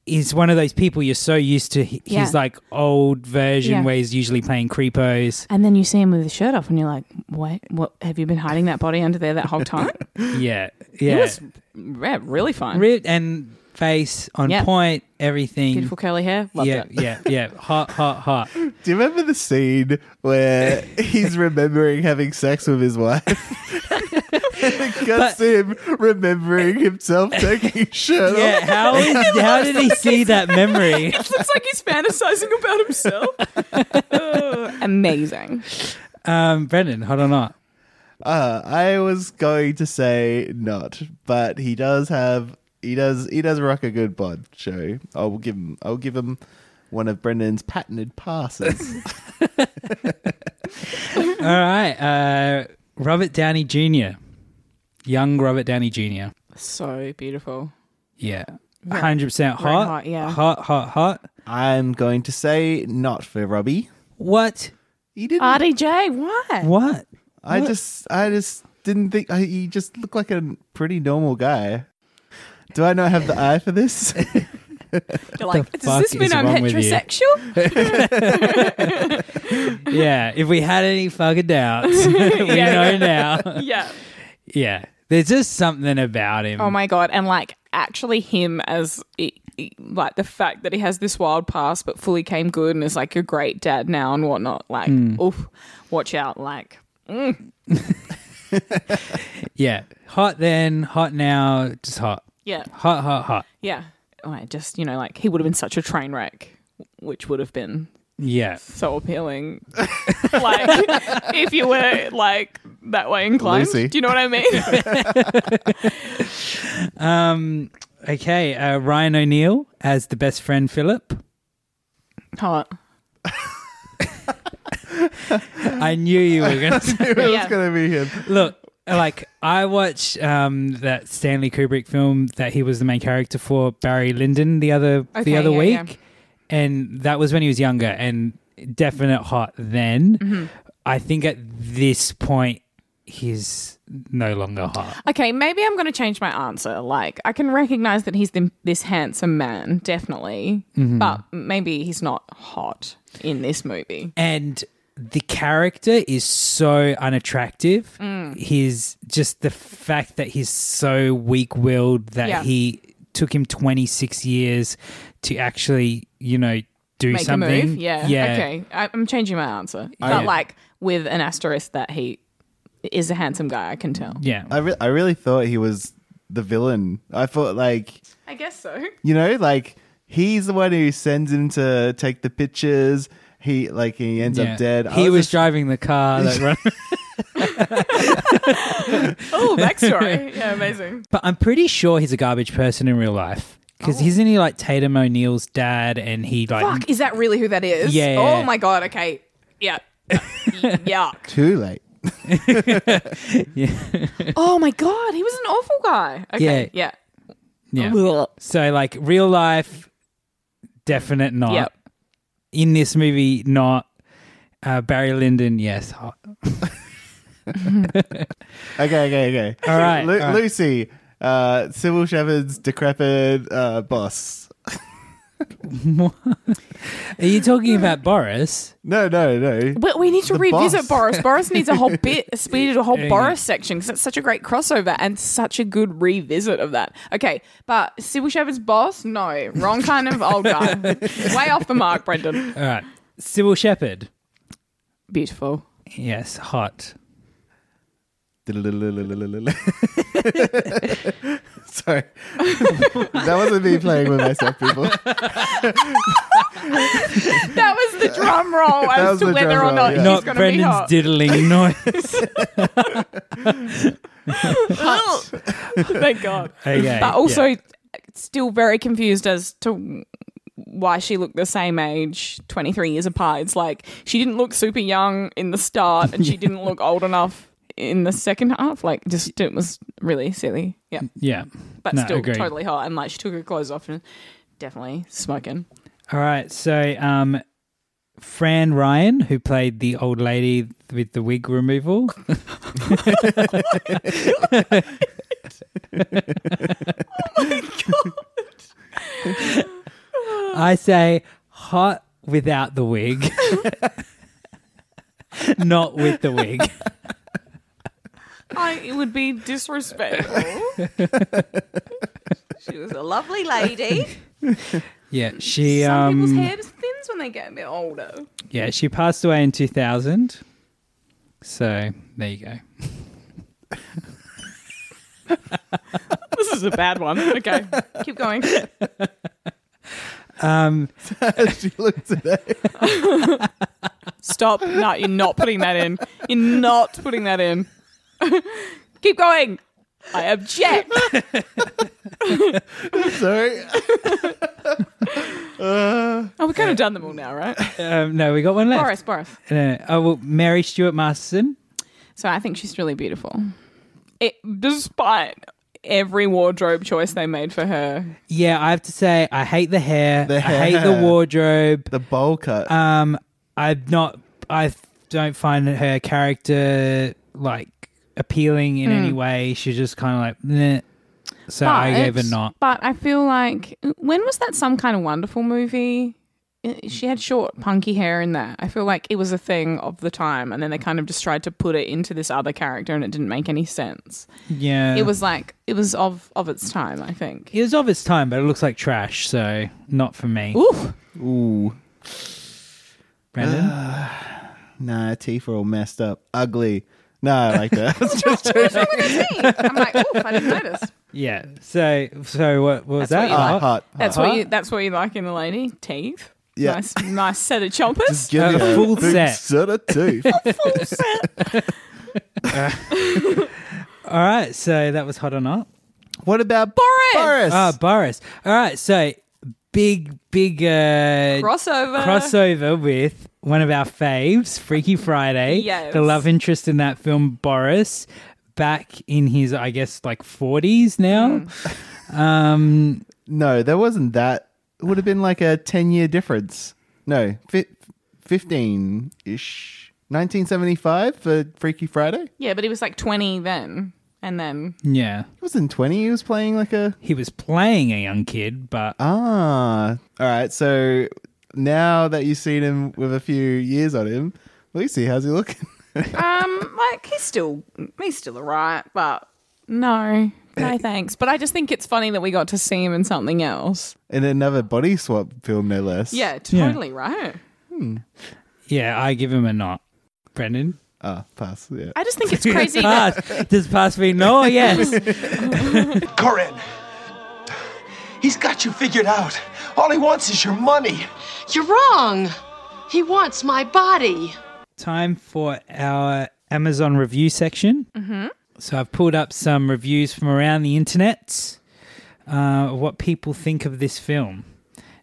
C: he's one of those people you're so used to hi- his
D: Yeah.
C: like old version
D: Yeah.
C: where he's usually playing
D: <gasps>
C: creepos.
D: And then you see him with his shirt off, and you're like, "What? What? Have you been hiding that body under there that whole <laughs> time?"
C: Yeah.
D: He
C: Yeah.
D: was, yeah, really fun.
C: Ripped and face on
D: Yeah.
C: point, everything.
D: Beautiful curly hair. Loved
C: yeah,
D: it. <laughs>
C: <laughs> yeah, yeah. Hot, hot, hot.
E: Do you remember the scene where he's remembering having sex with his wife? <laughs> and it cuts him remembering himself taking his shirt off.
C: Yeah,
D: <laughs>
C: how is how did he see that memory?
D: It looks like he's fantasizing about himself. Ugh, <laughs> amazing.
C: Um, Brendan, hot or not?
E: Uh, I was going to say not, but he does have he does he does rock a good bod show. I'll give him I'll give him one of Brendan's patented passes.
C: All right. Uh, Robert Downey Jr. Young Robert Downey Jr.
D: So beautiful.
C: Yeah.
D: Very-
C: 100%
D: very
C: hot.
D: hot, yeah.
C: Hot, hot, hot.
E: I'm going to say not for Robbie.
C: What?
E: He didn't.
D: RDJ, why?
C: What?
E: I
D: What?
E: just I just didn't think I, he just looked like a pretty normal guy. Do I not have the eye for this? <laughs>
C: <laughs>
D: You're
C: What
D: like,
C: the
D: does this
C: fuck
D: mean
C: is
D: I'm
C: wrong with you?" <laughs>
D: heterosexual?
C: Yeah. If we had any fucking doubts, <laughs>
D: <laughs>
C: we know now.
D: yeah.
C: yeah. There's just something about him.
D: Oh my god! And like, actually, him as he- he- like the fact that he has this wild past, but fully came good and is like a great dad now and whatnot. Like,
C: Mm.
D: oof, watch out! Like, mm.
C: Yeah. Hot then, hot now, just hot.
D: yeah,
C: Hot, hot, hot.
D: yeah. Oh, I just you know, like he would have been such a train wreck, which would have been
C: Yeah.
D: so appealing. <laughs> like, if you were like that way inclined,
C: Lucy.
D: do you know what I mean?
C: Um, okay. Uh, Ryan O'Neill as the best friend, Philip.
D: Hot.
C: I knew you were going to
D: <laughs>
E: I knew it was going to be him.
C: Look, like I watched um, that Stanley Kubrick film that he was the main character for Barry Lyndon the other
D: Okay,
C: the other
D: yeah, yeah.
C: week, and that was when he was younger and definite hot then.
D: Mhm.
C: I think at this point he's no longer hot.
D: Okay, maybe I'm going to change my answer. Like, I can recognize that he's the, this handsome man, definitely,
C: Mhm.
D: but maybe he's not hot in this movie.
C: And the character is so unattractive.
D: Mm.
C: His just the fact that he's so weak willed that
D: Yeah.
C: he took him 26 years to actually, you know, do
D: Make
C: something.
D: a move, yeah. Okay, I, I'm changing my answer,
E: I-
D: but
E: Yeah.
D: like with an asterisk that he is a handsome guy. I can tell.
C: Yeah.
E: I re- I really thought he was the villain. I thought like
D: I guess so. <laughs>
E: you know like he's the one who sends him to take the pictures. He like he ends
C: Yeah.
E: up dead. I
C: He was,
E: just-
C: driving the
E: <laughs>
C: car that run.
D: Oh, backstory. yeah, amazing.
C: But I'm pretty sure he's a garbage person in real life. Because isn't he like Tatum O'Neal's dad and he like
D: Oh. Fuck, is that really who that is?
C: Yeah.
D: Oh my god. Okay.
C: <laughs>
D: Yeah. Yuck.
E: too late.
D: Oh my god, he was an awful guy. Okay. Yeah.
C: Yeah. So like real life, definite not.
D: Yep.
C: In this movie, not. Uh, Barry Lyndon, yes. Hot.
E: Okay, okay, okay.
C: <laughs> All right,
E: Lu-
C: all right.
E: Lucy, uh, Sybil Shepherd's decrepit uh, boss.
C: Are you talking
D: <laughs>
C: about Boris?
E: No, no, no.
D: But we need to revisit Boris.
E: <laughs>
C: Boris.
D: Boris needs a whole bit. We need a whole
C: Yeah.
D: Boris section because it's such a great crossover and such a good revisit of that. Okay, but Sybil Shepherd's boss? No, wrong kind of old
C: <laughs>
D: guy. Way off the mark, Brendan.
C: All right. Sybil Shepherd.
D: Beautiful.
C: Yes, hot.
E: Sorry. that wasn't me playing with myself, people.
D: That was the drum roll
E: <laughs> That
D: as
E: was
D: to
E: the
D: whether
E: drum
D: or
E: roll,
D: not
E: yeah.
D: he's
C: Not
D: going to be
C: Brendan's
D: hot. <laughs>
C: diddling noise. <laughs>
D: <laughs> Thank God.
C: Okay,
D: but also,
C: yeah.
D: still very confused as to why she looked the same age, 23 years apart. It's like she didn't look super young in the
C: <laughs>
D: start and she didn't look old enough in the second half. Like, just it was really silly. Yeah.
C: Yeah.
D: But
C: No,
D: still
C: agreed.
D: totally hot. And like, she took her clothes off and definitely smoking.
C: All right. So, um, Fran Ryan, who played the old lady with the wig removal. <laughs> I say hot without the wig, <laughs> not with the wig.
D: I, it would be disrespectful.
C: <laughs>
O: she was a lovely lady.
C: Yeah, she
D: Some
C: um,
D: people's hair just thins when they get a bit older.
C: Yeah, she passed away in 2000. So there you go.
D: This is a bad one. <laughs> Okay, keep going.
C: Um,
E: she looked today.
D: Stop. No, you're not putting that in. You're not putting that in. <laughs> Keep going. I object.
E: Sorry.
D: oh, we've kind of done them all now, right?
C: Um, no, we got one left.
D: <laughs> Boris, Boris.
C: No, no. oh, well, Mary Stuart Masterson.
D: So I think she's really beautiful. It, despite every wardrobe choice they made for her,
C: Yeah, I have to say, I hate the hair.
E: The
C: I hate the
E: hair.
C: wardrobe.
E: The bowl cut.
C: Um, I'm not. I don't find her character like appealing in
D: Mm.
C: any way. She's just kind of like. Meh. So I
D: But-
C: gave a not.
D: But I feel like when was that some kind of wonderful movie? Uh, She had short, punky hair in that. I feel like it was a thing of the time, and then they kind of just tried to put it into this other character, and it didn't make any sense.
C: Yeah,
D: It was like it was of of its time, I think.
C: It was of its time, but it looks like trash. So not for me.
D: Oof.
E: Ooh. <gasps>
C: Brendan.
E: Nah, teeth are all messed up. Ugly. No, I like that. That's just
D: I'm like, oof, I didn't notice.
C: yeah. So so what, what was
D: That's what
C: that?
D: you like.
C: Oh, hot.
D: That's
C: Hot.
D: what you. That's what you like in a lady. Teeth.
C: Yeah.
D: Nice, nice set of chompers.
E: Just give me
C: A
E: a
C: full
E: big
C: set.
E: set of teeth.
C: All right, so that was hot or not?
E: What about
D: Boris?
E: Boris.
C: Ah, Boris. All right, so big, big uh,
D: Crossover.
C: crossover with one of our faves, Freaky Friday.
D: Yes.
C: the love interest in that film, Boris, back in his, I guess, like forties now.
D: Hmm.
C: <laughs> Um,
E: no, there wasn't that. It would have been like a 10 year difference. No, 15 ish. 1975 for Freaky Friday?
D: Yeah, but he was like 20 then, and then
C: Yeah.
E: He wasn't 20. He was playing like a.
C: He was playing a young kid, but.
E: Ah. All right. So now that you've seen him with a few years on him, Lucy, how's he looking? <laughs>
D: um, like he's still he's still alright, but no, no thanks. But I just think it's funny that we got to see him in something else.
E: In another body swap film, no less.
D: Yeah, totally right.
C: Yeah, I give him a not. Brendan?
E: Ah, pass. Yeah.
D: I just
C: <laughs>
D: think it's crazy.
C: pass.
D: that,
C: Does pass me no or
D: <laughs>
C: yes?
H: Corin, he's got you figured out. All he wants is your money.
K: You're wrong. He wants my body.
C: Time for our Amazon review section.
K: Mm-hmm.
C: So I've pulled up some reviews from around the internet uh, of what people think of this film.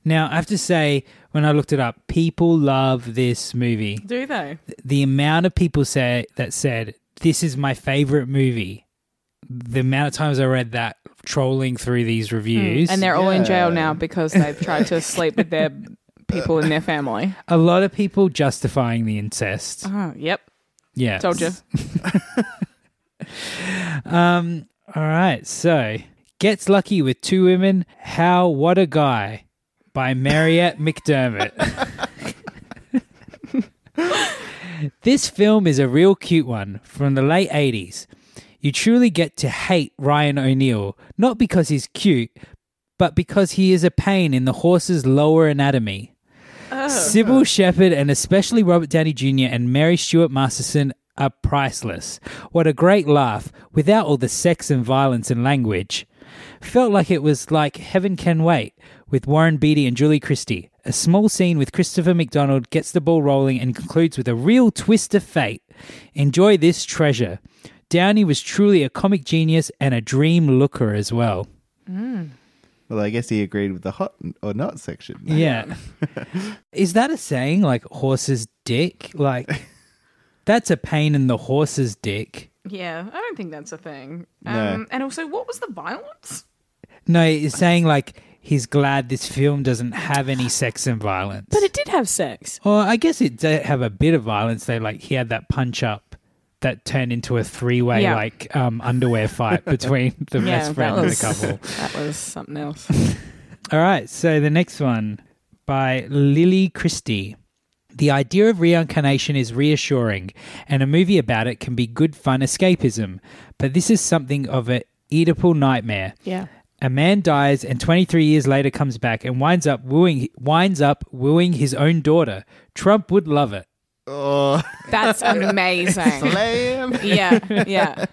C: Now, I have to say, when I looked it up, people love this movie.
D: do they?
C: The amount of people say that said, "This is my favorite movie." The amount of times I read that trolling through these reviews,
D: Mm, And they're all in jail now because they've tried to sleep with their people in their family.
C: A lot of people justifying the incest.
D: Oh, yep.
C: Yeah.
D: Told you.
C: Um, all right. So, gets lucky with two women. How? What a guy. by Mariette McDermott. <laughs> this film is a real cute one from the late 80s. You truly get to hate Ryan O'Neill, not because he's cute, but because he is a pain in the horse's lower anatomy. Sybil Shepherd and especially Robert Downey Jr. and Mary Stuart Masterson are priceless. What a great laugh without all the sex and violence and language. Felt like it was like Heaven Can Wait with Warren Beatty and Julie Christie. A small scene with Christopher McDonald gets the ball rolling and concludes with a real twist of fate. Enjoy this treasure. Downey was truly a comic genius and a dream looker as well.
E: Well, I guess he agreed with the hot or not section.
C: Yeah. <laughs> Is that a saying like horse's dick? Like that's a pain in the horse's dick.
D: Yeah, I don't think that's a thing.
C: No.
D: Um, and also, what was the violence?
C: No, it's saying like he's glad this film doesn't have any sex and violence.
D: But it did have sex.
C: Or I guess it did have a bit of violence. They like he had that punch up that turned into a three way
D: Yeah.
C: like um, underwear
D: <laughs>
C: fight between the
D: Yeah,
C: best
D: that
C: friend and the
D: was-
C: couple.
D: That was something else.
C: All right, so the next one by Lily Christie. The idea of reincarnation is reassuring, and a movie about it can be good fun escapism, but this is something of an Oedipal nightmare.
D: Yeah.
C: A man dies and 23 years later comes back and winds up wooing winds up wooing his own daughter. Trump would love it.
E: Oh.
D: <laughs> That's amazing.
E: Slam.
D: Yeah, yeah.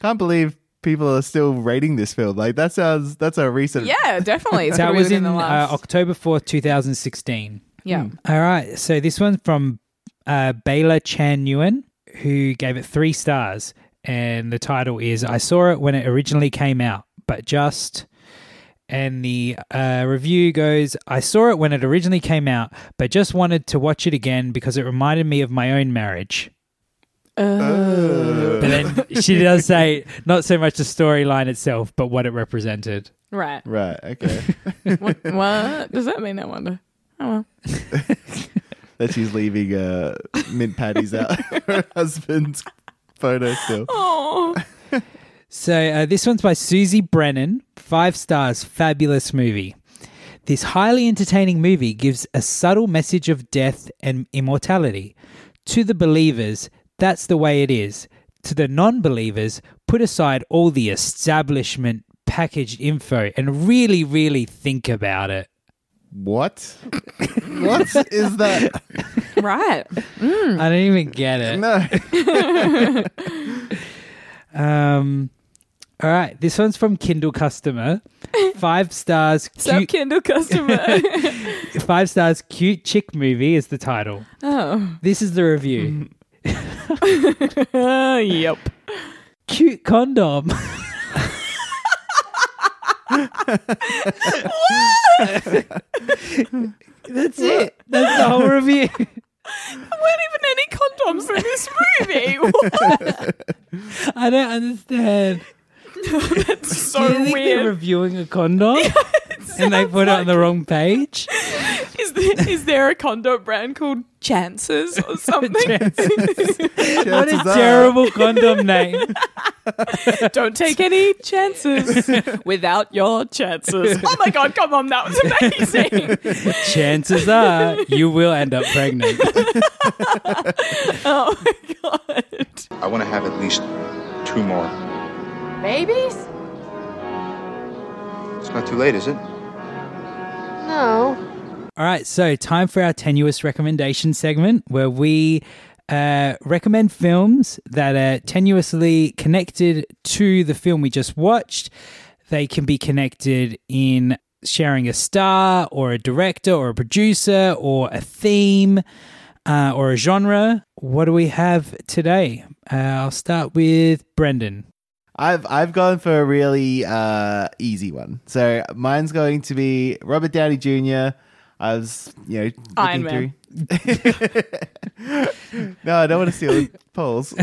E: Can't believe people are still rating this film. Like that sounds that's a recent
D: Yeah, definitely. It's
C: that
D: gotta be
C: was
D: within
C: in
D: the
C: uh,
D: last.
C: October 4th, 2016.
D: Yeah.
C: All right. So this one's from uh, Baylor Chan Nguyen, who gave it three stars. And the title is I Saw It When It Originally Came Out, but just. And the uh, review goes I saw it when it originally came out, but just wanted to watch it again because it reminded me of my own marriage.
D: Oh.
C: But then she does say not so much the storyline itself, but what it represented.
D: Right.
E: Right,
D: <laughs>
E: okay.
D: what, what does that mean? I wonder. Oh well.
E: that she's leaving uh mint patties out <laughs> her husband's photo still.
D: Oh.
C: So uh, this one's by Susie Brennan. Five stars, fabulous movie. This highly entertaining movie gives a subtle message of death and immortality. To the believers, that's the way it is. To the non believers, put aside all the establishment packaged info and really, really think about it.
E: What? <laughs> what is
D: <laughs>
E: that?
D: Right.
C: I don't even get it.
E: No.
C: um, all right. This one's from Kindle Customer. Five stars.
D: So
C: cute-
D: Kindle
C: <laughs>
D: customer.
C: Five stars, cute chick movie is the title.
D: oh.
C: This is the
D: Mm-hmm.
C: review. Uh,
D: yep.
C: Cute condom. <laughs> That's it. That's the whole review. <laughs>
D: There weren't even any condoms in this
C: <laughs>
D: movie. What?
C: I don't understand.
D: That's
C: Do
D: so
C: you think They're
D: weird.
C: reviewing a
D: <laughs>
C: condom and they put it on the wrong page.
D: <laughs> Is there, is there a condom brand called Chances
E: <laughs>
D: or something?
C: What a
D: Chances are.
C: terrible condom name.
D: Don't take any chances
E: <laughs>
D: without your chances. Oh my god, come on, that was
E: <laughs>
D: amazing.
C: Chances are you will end up pregnant.
D: Oh my god.
O: I want to have at least two more.
G: Babies?
O: It's not too late, is it?
G: No.
C: All right, so time for our tenuous recommendation segment where we uh, recommend films that are tenuously connected to the film we just watched. They can be connected in sharing a star or a director or a producer or a theme uh, or a genre. What do we have today? Uh, I'll start with Brendan.
E: I've I've gone for a really uh, easy one. So mine's going to be Robert Downey Jr. I was, you know,
D: Iron
E: looking
D: Man.
E: through- <laughs> no, I
D: <laughs>
E: don't want to steal the polls.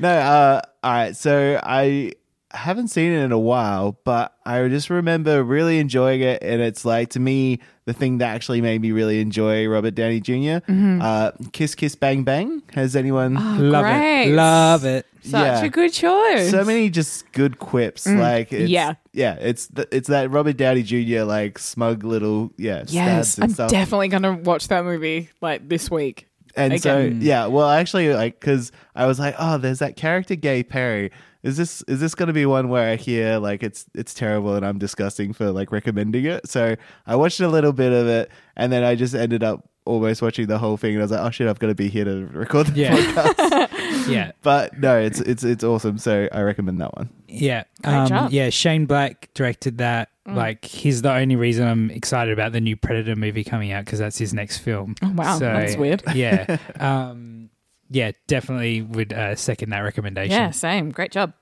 E: no, uh, all right. So I haven't seen it in a while, but I just remember really enjoying it. And it's like, to me, the thing that actually made me really enjoy Robert Downey junior
D: Mhm.
E: Uh, Kiss Kiss Bang Bang. Has anyone?
D: Love it. great. Love
E: it.
D: Such a good choice.
E: So many just good quips.
D: Mm.
E: Like, it's,
D: Yeah.
E: Yeah. It's, th- it's that Robert Downey Jr., like, smug little, yeah.
D: Yes,
E: stabs and
D: I'm
E: stuff.
D: definitely gonna watch that movie like this week.
E: And
D: Again.
E: so, yeah, well, actually, like, because I was like, oh, there's that character, Gay Perry. Is this is this going to be one where I hear like it's it's terrible and I'm disgusting for like recommending it? So I watched a little bit of it, and then I just ended up almost watching the whole thing, and I was like, oh shit, I've got to be here to record the <laughs> podcast.
C: Yeah.
E: but no, it's it's it's awesome. So I recommend that one.
C: Yeah.
E: Great
C: um,
E: job.
C: Yeah. Shane Black directed that.
E: Mm.
C: Like, he's the only reason I'm excited about the new Predator movie coming out because that's his next film.
D: Oh, wow. That's weird.
C: <laughs>
D: <laughs>
C: Yeah. um, yeah. Definitely would uh, second that recommendation.
D: Yeah, same. Great job.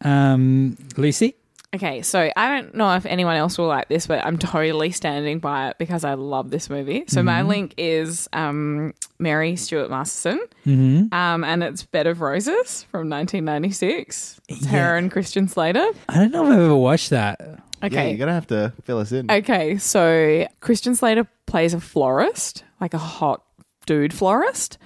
C: Um, Lucy?
D: Okay, so I don't know if anyone else will like this, but I'm totally standing by it because I love this movie. So my
C: Mhm.
D: link is um, Mary Stuart Masterson,
C: Mm-hmm.
D: um, and it's Bed of Roses from 1996. It's her and Christian Slater.
C: I don't know if I've ever watched that.
D: Okay. Yeah, you're
E: gonna have to fill us in.
D: Okay, so Christian Slater plays a florist, like a hot dude florist.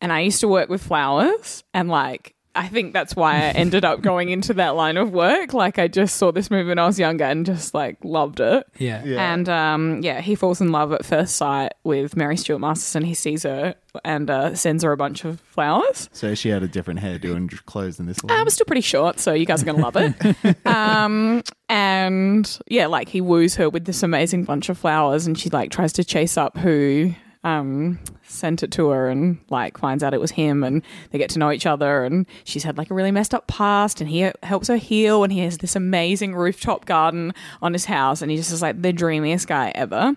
D: And I used to work with flowers and like I think that's why I ended up going into that line of work. Like I just saw this movie when I was younger and just like loved it.
C: Yeah.
D: And um, yeah, he falls in love at first sight with Mary Stuart Masterson. He sees her and uh, sends her a bunch of flowers.
E: So she had a different hairdo and clothes than this one.
C: Um,
D: I'm still pretty short, so you guys are going to love it. um, and yeah, like he woos her with this amazing bunch of flowers, and she like tries to chase up who um, sent it to her, and like finds out it was him, and they get to know each other, and she's had like a really messed up past, and he helps her heal, and he has this amazing rooftop garden on his house, and he just is like the dreamiest guy ever.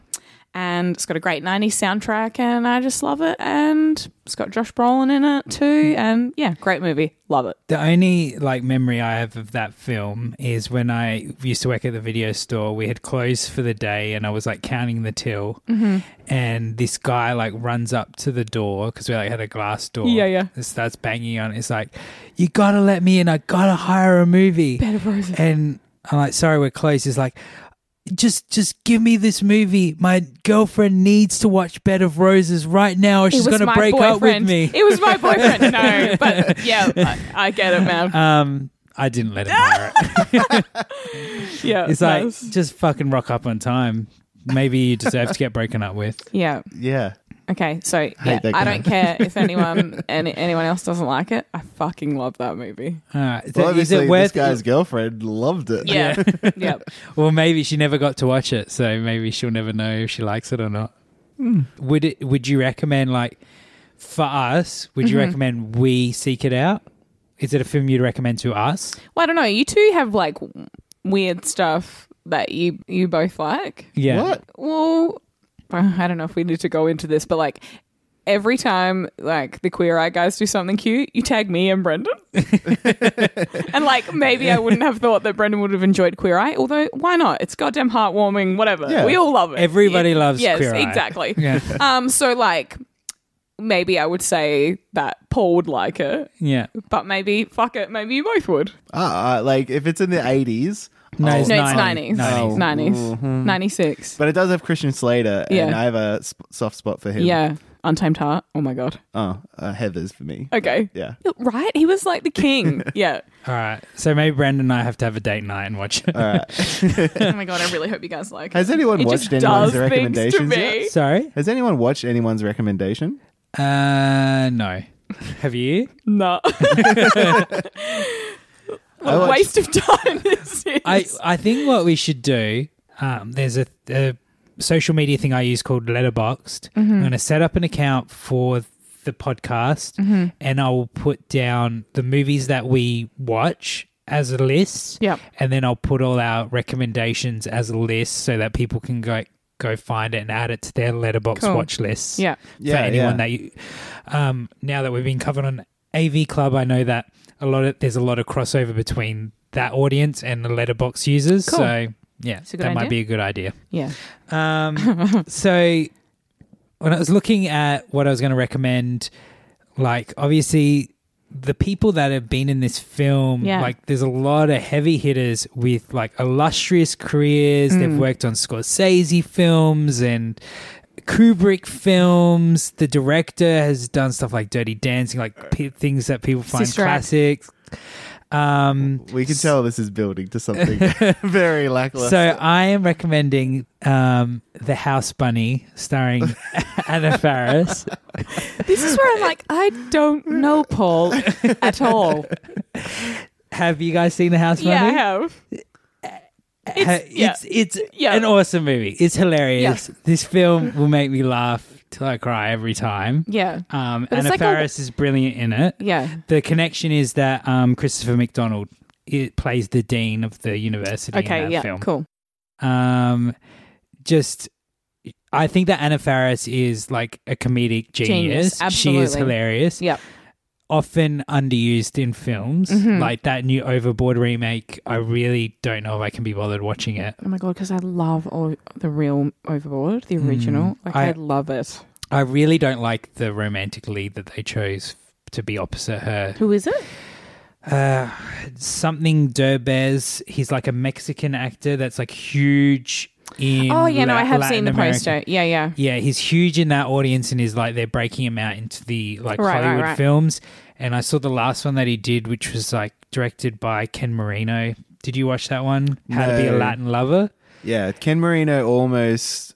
D: And it's got a great 90s soundtrack, and I just love it. And it's got Josh Brolin in it too. And yeah, great movie. Love it.
C: The only like memory I have of that film is when I used to work at the video store. We had closed for the day, and I was like counting the till,
D: Mhm.
C: and this guy like runs up to the door because we like had a glass door.
D: Yeah, yeah.
C: And starts banging on. it. It's like, you gotta let me in. I gotta hire a movie.
D: Bed of Roses.
C: And I'm like, sorry, we're closed. He's like. Just, just give me this movie. My girlfriend needs to watch Bed of Roses right now, or
D: It
C: she's
D: was
C: going to
D: my
C: break up with
D: boyfriend.
C: me.
D: It was my
C: <laughs>
D: boyfriend. No, but yeah, I, I get it, man.
C: Um, I didn't
D: <laughs>
C: let him hire it.
D: Yeah,
C: it's like
D: nice.
C: just fucking rock up on time. Maybe you deserve to get broken up with. <laughs>
D: yeah.
E: Yeah.
D: Okay, so yeah,
C: that guy.
D: I don't care
C: <laughs>
D: if anyone any, anyone else doesn't like it. I fucking love that movie.
C: Uh,
E: Well,
C: is
E: obviously,
C: it
E: this
C: worth?
E: guy's girlfriend loved it.
D: Yeah.
C: <laughs>
D: yeah.
C: Well, maybe she never got to watch it, so maybe she'll never know if she likes it or not.
D: Mm.
C: Would it? Would you recommend like for us? Would you
D: Mhm.
C: recommend we seek it out? Is it a film you'd recommend to us?
D: Well, I don't know. You two have like w- weird stuff that you you both like.
C: Yeah. What?
D: Well, I don't know if we need to go into this, but like every time like the queer eye guys do something cute, you tag me and
C: <laughs>
D: Brendan. and like maybe I wouldn't have thought that Brendan would have enjoyed queer eye, although why not? It's goddamn heartwarming, whatever.
C: Yeah.
D: We all love it.
C: Everybody loves
D: yes,
C: Queer Eye.
D: exactly.
C: Yeah.
D: Um so like maybe I would say that Paul would like it. <laughs>
C: Yeah.
D: But maybe fuck it, maybe you both would.
E: Ah, uh, like if it's in the eighties.
C: No,
D: it's No, it's 90s.
E: Oh.
D: 90s. 90s.
C: Mm-hmm.
E: mhm.
D: 96.
E: But it does have Christian Slater, and
D: Yeah.
E: I have a sp- soft spot for him.
D: Yeah. Untamed Heart. Oh my god.
E: Oh, uh, Heather's for me.
D: Okay.
E: Yeah.
D: Right? He was like the
C: <laughs>
D: king. yeah.
C: All right. So maybe Brandon and I have to have a date night and watch it. All right.
D: Oh my god, I really hope you guys like
E: Has
D: it.
E: anyone
D: It
E: watched
D: just
E: anyone's
D: does things to
E: recommendations?
D: me.
E: Yet?
C: <laughs> Sorry.
E: Has anyone watched anyone's recommendation?
C: Uh, no. Have you?
D: <laughs> <laughs> No. What
C: I
D: a
C: watched-
D: waste of time <laughs> this is.
C: I, I think what we should do, um, there's a, a social media thing I use called Letterboxed.
D: Mhm.
C: I'm going to set up an account for the podcast
D: Mhm.
C: and I'll put down the movies that we watch as a list.
D: Yep.
C: And then I'll put all our recommendations as a list so that people can go go find it and add it to their letterbox
D: Cool.
C: watch lists.
D: Yeah.
C: for
D: Yeah,
C: anyone
D: yeah.
C: that you um, now that we've been covered on AV Club, I know that a lot of there's a lot of crossover between that audience and the letterbox users.
D: Cool.
C: So yeah,
D: It's
C: that
D: a good idea.
C: might be a good idea.
D: Yeah.
C: Um, so when I was looking at what I was going to recommend, like obviously the people that have been in this film,
D: Yeah.
C: like there's a lot of heavy hitters with like illustrious careers. They've
D: Mm.
C: worked on Scorsese films and Kubrick films. The director has done stuff like Dirty Dancing, like p- things that people find
E: Sister Act.
C: classics. Um,
E: we can tell this is building to
C: <laughs>
E: something <laughs> very lackluster.
C: so I am recommending um, The House Bunny, starring <laughs> Anna Faris.
D: This is where I'm like, I don't know Paul at <laughs> all.
C: Have you guys seen The House Bunny?
D: Yeah, I have.
C: Ha-
D: yeah.
C: It's it's an awesome movie. It's hilarious. This film will make me laugh till I cry every time.
D: Yeah.
C: Um,
D: But it's
C: Anna
D: like a-
C: Faris is brilliant in it.
D: Yeah.
C: The connection is that um, Christopher McDonald it plays the dean of the university. in
D: Okay,
C: that
D: yeah,
C: film.
D: cool.
C: Um, just. I think that Anna Faris is like a comedic genius.
D: Genius,
C: She is
D: absolutely.
C: hilarious.
D: Yep.
C: Often underused in films.
D: Mhm.
C: Like that new Overboard remake, I really don't know if I can be bothered watching it.
D: Oh my god, because I love all the real Overboard, the original.
C: Mm,
D: like
C: I-
D: I, love it.
C: I really don't like the romantic lead that they chose to be opposite her.
D: Who is it?
C: Uh, something Derbez. He's like a Mexican actor that's like huge in.
D: oh yeah, no,
C: La-
D: I have
C: Latin
D: seen the
C: America.
D: poster. Yeah, yeah.
C: Yeah, he's huge in that audience and is like they're breaking him out into the like
D: Right, right,
C: Hollywood
D: right.
C: films. And I saw the last one that he did, which was like directed by Ken Marino. Did you watch that one? How to be a
E: No.
C: Latin lover?
E: yeah, Ken Marino almost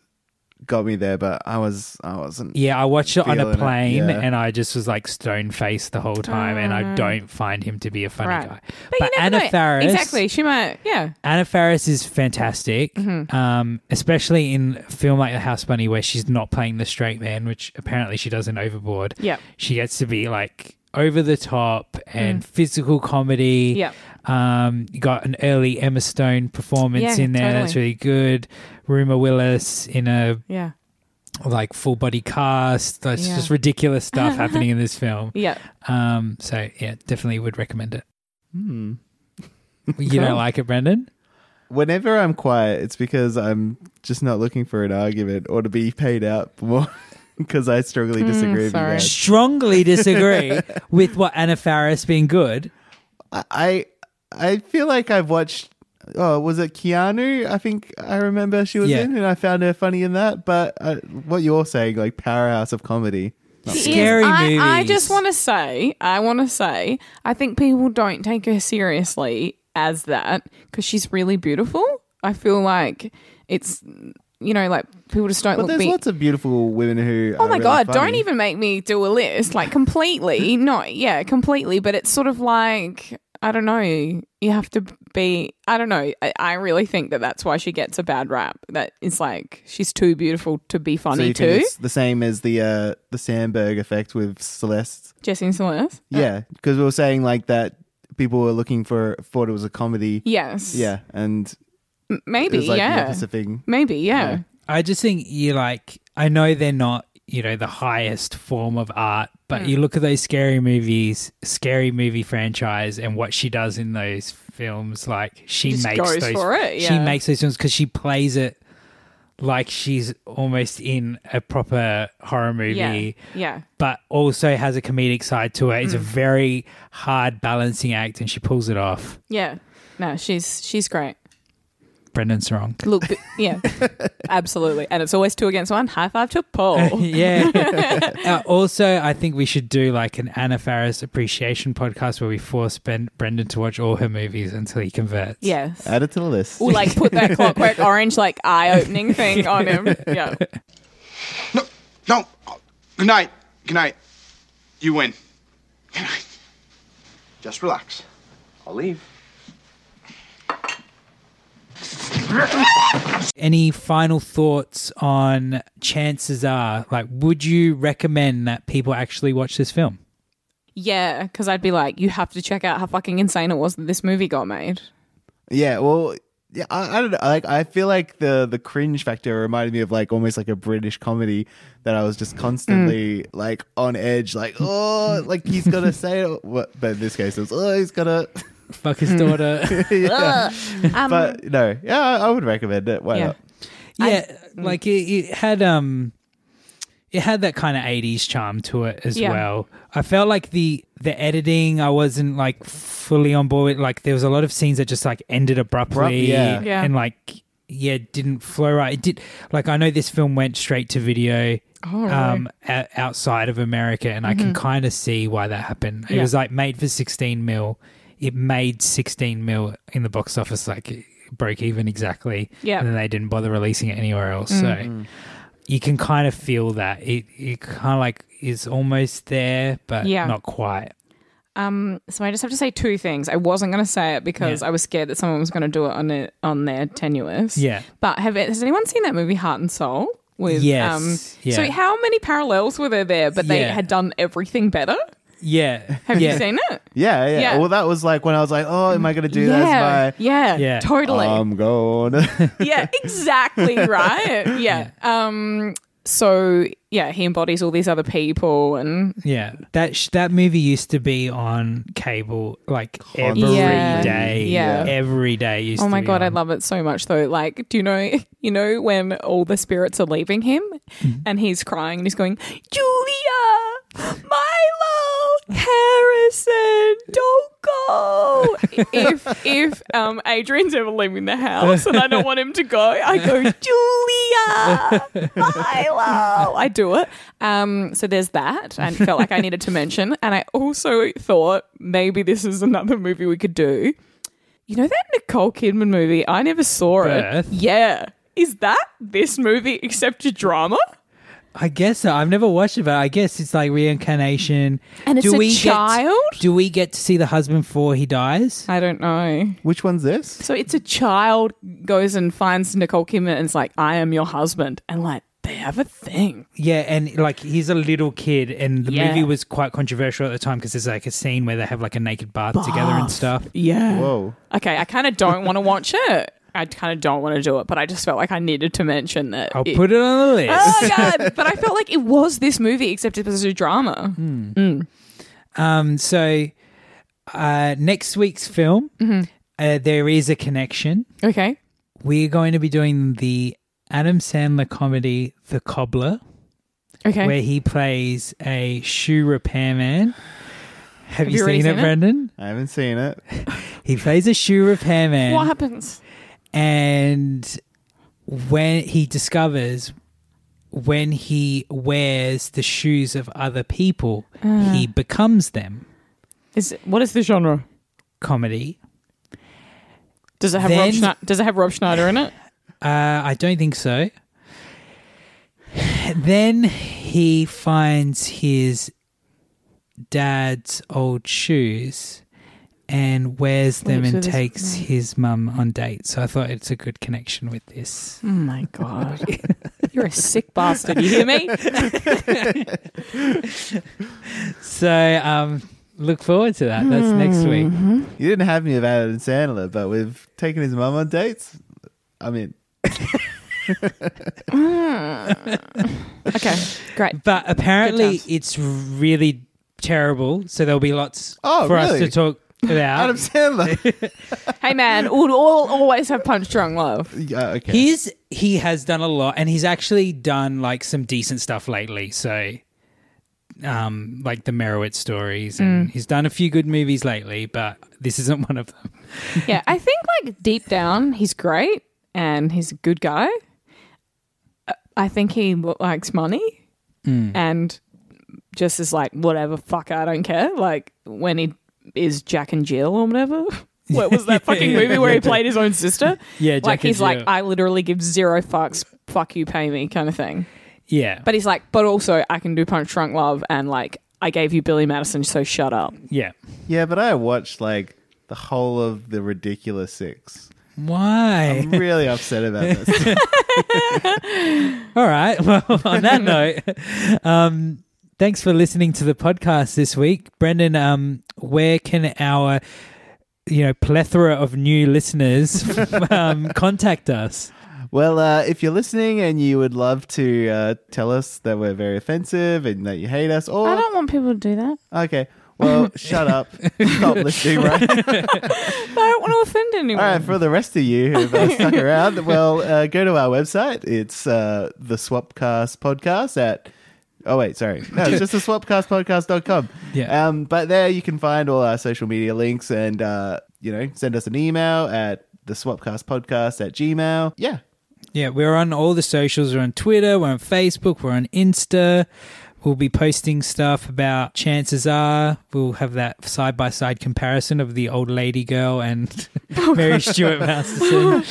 E: got me there, but I was I wasn't.
C: Yeah, I watched it on a
E: feeling
C: plane
E: yeah.
C: and I just was like stone faced the whole time, and I
D: Oh.
C: don't find him to be a funny
D: Right.
C: guy.
D: But, you never
C: Anna
D: know.
C: Faris,
D: Exactly. She might yeah.
C: Anna Faris is fantastic,
D: Mhm.
C: um, especially in a film like The House Bunny, where she's not playing the straight man, which apparently she does in Overboard.
D: Yep.
C: she gets to be like over the top and
D: Mm.
C: physical comedy.
D: Yep.
C: Um, you got an early Emma Stone performance
D: Yeah,
C: in there that's
D: totally.
C: really good. Ruma Willis in a
D: Yeah.
C: like full body cast. That's
D: Yeah.
C: just ridiculous
D: <laughs>
C: stuff happening in this film.
D: Yeah.
C: Um. So yeah, definitely would recommend it.
E: Hmm.
C: You don't like it, Brendan?
E: Whenever I'm quiet, it's because I'm just not looking for an argument or to be paid out more <laughs> because I strongly
C: Mm,
E: disagree with you
C: sorry.
E: guys.
C: Strongly disagree with what Anna Faris being good.
E: I I feel like I've watched. Oh, was it Keanu? I think I remember she was
C: Yeah.
E: in, and I found her funny in that. But uh, what you're saying, like powerhouse of comedy, Not
D: She is- I, I just want to say, I want to say, I think people don't take her seriously as that because she's really beautiful. I feel like it's, you know, like people just don't
E: But
D: look.
E: there's
D: be-
E: lots of beautiful women who.
D: Oh my god! Don't even make me do a list like completely. <laughs> no, yeah, completely. But it's sort of like I don't know. You have to be. I don't know. I, I really think that that's why she gets a bad rap. That is like she's too beautiful to be funny too.
E: It's the same as the uh, the Sandberg effect with Celeste.
D: Jesse and Celeste.
E: Yeah, because we were saying like that people were looking for thought it was a comedy.
D: Yes.
E: Yeah, and
D: M- Maybe.
E: it was like
D: yeah.
E: the opposite thing.
D: Maybe, yeah.
C: I just think you like. I know they're not, you know, the highest form of art, but
D: Mm.
C: you look at those scary movies, scary movie franchise, and what she does in those films. Like she
D: Just
C: makes
D: goes
C: those.
D: for it,
C: She
D: yeah.
C: makes those films because she plays it like she's almost in a proper horror movie.
D: Yeah.
C: But also has a comedic side to it. It's a
D: Mm.
C: very hard balancing act, and she pulls it off.
D: Yeah. No, she's she's great.
C: Brendan's wrong.
D: Look, b-
E: <laughs>
D: yeah, absolutely. And it's always two against one. High five to
E: <laughs>
D: Paul.
C: yeah. uh, also, I think we should do like an Anna Faris appreciation podcast where we force ben- Brendan to watch all her movies until he converts.
D: Yes.
E: Add it to the list.
D: Or like
E: <laughs>
D: put that clockwork orange like eye opening thing on him. Yeah.
L: No. Good night. Good night. You win.
M: Just relax. I'll leave.
C: Any final thoughts on chances are, like, would you recommend that people actually watch this film?
D: Yeah, because I'd be like, you have to check out how fucking insane it was that this movie got made.
E: Yeah, well, yeah, I, I don't know. Like, I feel like the the cringe factor reminded me of like almost like a British comedy that I was
D: Mm.
E: just constantly like on edge,
D: <laughs>
E: like oh, like he's gonna say it, what- but in this case it was oh, he's gonna
C: fuck his daughter.
E: yeah.
D: Um,
E: but no, yeah, I, mm. I would recommend it. Why
C: Yeah.
E: not?
C: Yeah, like it, it had um, it had that kind of 80s charm to it as
D: Yeah.
C: well. I felt like the the editing I wasn't like fully on board. Like there was a lot of scenes that just like ended abruptly
E: yeah. Yeah.
C: and like yeah, it didn't flow right. It did like I know this film went straight to video
D: Oh, right.
C: um, o- outside of America and I can
D: Mhm.
C: kind of see why that happened. It
D: Yeah.
C: was like made for 16 mil. It made 16 mil in the box office like it broke even exactly.
D: Yeah.
C: And then they didn't bother releasing it anywhere else. So
D: Mm.
C: you can kind of feel that it it kind of like is almost there but
D: Yeah.
C: not quite.
D: Um, so I just have to say two things. I wasn't going to say it because
C: Yeah.
D: I was scared that someone was going to do it on it on their tenuous.
C: Yeah.
D: But have it, has anyone seen that movie Heart and Soul? With um,
C: Yes. Yeah.
D: So how many parallels were there there? But they
E: Yeah.
D: had done everything better.
C: Yeah.
D: Have you seen it?
E: Yeah, yeah,
D: Yeah.
E: Well, that was like when I was like, "Oh, am I going to do
D: Yeah,
E: this?" by
D: yeah, Yeah. totally.
E: I'm going.
D: <laughs> yeah, exactly right. Yeah. Um. So yeah, he embodies all these other people, and
C: Yeah. That sh- that movie used to be on cable like every
D: Constantly.
C: day.
D: Yeah. Yeah.
C: Every day used
D: oh my
C: to be
D: god, I
C: on.
D: love it so much though. Like, do you know, <laughs> you know when all the spirits are leaving him, and he's crying and he's going, Julia, Milo, Harrison, don't go. if if um Adrian's ever leaving the house and I don't want him to go, I go Julia, Milo. I do it. Um, so there's that. I felt like I needed to mention, and I also thought maybe this is another movie we could do. You know that Nicole Kidman movie? I never saw
C: Birth?
D: it. Yeah. Is that this movie except a drama?
C: I guess so. I've never watched it, but I guess it's like reincarnation.
D: And it's a child?
C: Get, do we get to see the husband before he dies?
D: I don't know.
E: <laughs> Which one's this?
D: So it's a child goes and finds Nicole Kidman and it's like, I am your husband. And like, they have a thing.
C: Yeah, and like he's a little kid, and the
D: Yeah.
C: movie was quite controversial at the time because there's like a scene where they have like a naked bath, together
D: Bath.
C: and stuff.
D: Yeah.
E: Whoa.
D: Okay, I kind of don't want to watch it. I kind of don't want to do it, but I just felt like I needed to mention that.
C: I'll put it on the list.
D: <laughs> Oh, God. But I felt like it was this movie, except it was a drama.
C: Um, so uh, next week's film,
D: Mm-hmm.
C: uh, there is a connection.
D: Okay.
C: We're going to be doing the Adam Sandler comedy The Cobbler,
D: Okay.
C: where he plays a shoe repairman. Have,
D: Have
C: you,
D: you already
C: seen, it,
D: seen it?
C: Brendan?
E: I haven't seen it.
C: He plays a shoe repairman.
D: What happens?
C: and when he discovers when he wears the shoes of other people,
D: Ah.
C: he becomes them.
D: Is it, what is the genre?
C: Comedy.
D: Does it have
C: Then-
D: Rob Schneider, Does it have Rob Schneider in it?
C: Uh, I don't think so. Then he finds his dad's old shoes and wears them
D: Looks
C: and
D: at his-
C: takes his mum on dates. So I thought it's a good connection with this.
D: Oh <laughs> my god. You're a sick bastard. You hear me?
C: So um, look forward to that. That's next week.
D: Hmm.
E: You didn't have me about Adam Sandler, but we've taken his mum on dates. I mean,
D: okay, great.
C: But apparently, it's really terrible. So there'll be lots
D: Oh,
C: for us
D: really?
C: to talk about.
D: Adam <laughs>
E: Sandler.
D: hey man, all, all always have punch drunk love.
E: <laughs> Yeah, okay.
C: He's he has done a lot, and he's actually done like some decent stuff lately. So, um, like the Merowitz stories, and
D: Mm.
C: he's done a few good movies lately, but this isn't <laughs> one of them.
D: Yeah, I think like deep down he's great and he's a good guy. Uh, I think he lo- likes money and just is like whatever fuck I don't care. Like when he is Jack and Jill or whatever. <laughs> What was that fucking movie where he played his own sister?
C: Yeah, Jack
D: like
C: and
D: he's like
C: Jill.
D: I literally give zero fucks. Fuck you, pay me, kind of thing.
C: Yeah,
D: But he's like, but also I can do Punch Drunk Love and like I gave you Billy Madison, so shut up.
C: yeah,
E: yeah, but I watched like the whole of the Ridiculous Six.
C: Why?
E: I'm really upset about this.
C: <laughs>
D: <laughs>
C: All right. <laughs> Well, on that note, <laughs> um, thanks for listening to the podcast this week, Brendan. Um, where can our you know plethora of new listeners <laughs> um, contact us?
E: Well, uh, if you're listening and you would love to uh, tell us that we're very offensive and that you hate us, or
D: I don't want people to do that.
E: okay, well, shut
D: <laughs>
E: up, stop listening, right?
D: I don't want to offend anyone.
E: All right, for the rest of you who've
C: <laughs>
E: uh, stuck around, well, uh, go to our website. It's uh, the Swapcast Podcast at Oh, wait, sorry. No, it's just a swapcastpodcast.com. Yeah. Um, but there you can find all our social media links and, uh, you know, send us an email at the swapcastpodcast at gmail. Yeah.
C: Yeah, we're on all the socials. We're on Twitter, we're on Facebook, we're on Insta. We'll be posting stuff about chances are we'll have that side by side comparison of the old lady girl and <laughs> Mary Stuart Masterson.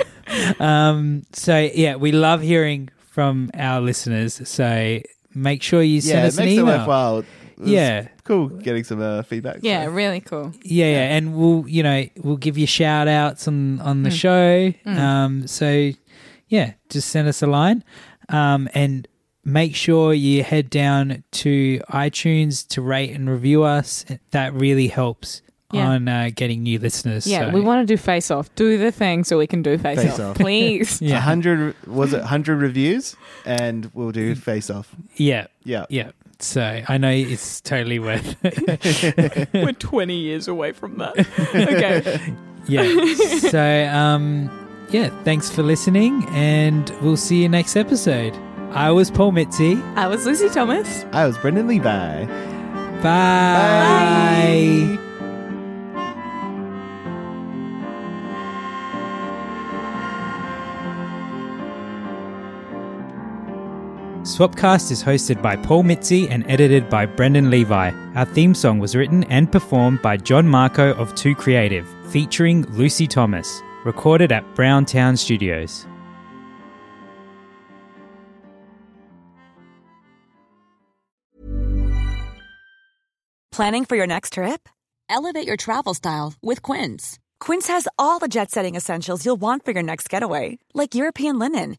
C: <laughs> um, so, yeah, we love hearing from our listeners. So make sure you send
E: yeah,
C: us
E: it
C: an
E: makes it
C: email.
E: worthwhile. It was
C: Yeah.
E: Cool getting some uh, feedback.
P: Yeah, really cool.
C: yeah, yeah, and we'll you know we'll give you shout outs on on the
P: Mm.
C: show.
P: Mm.
C: Um, so yeah, just send us a line, um, and make sure you head down to iTunes to rate and review us. That really helps
P: Yeah.
C: on uh, getting new listeners.
P: Yeah,
C: so.
P: we want to do face off. Do the thing so we can do face,
E: Face
P: off,
E: off.
P: please.
E: <laughs> Yeah. 100, was it 100 reviews? And we'll do face off.
C: yeah,
E: Yeah.
C: Mm. yeah. So I know it's totally worth. <laughs>
P: We're 20 years away from
D: <laughs>
P: that. Okay. <laughs>
C: yeah. So um, yeah, thanks for listening, and we'll see you next episode. I was Paul Mitzi.
P: I
D: Uh,
P: was Lizzie Thomas.
E: I was Brendan Levi.
C: Bye. Bye. Swapcast is hosted by Paul Mitzi and edited by Brendan Levi. Our theme song was written and performed by John Marco of Two Creative, featuring Lucy Thomas, recorded at Browntown Studios.
D: Planning for your next trip? Elevate your travel style with Quince. Quince has all the jet setting essentials you'll want for your next getaway, like European linen,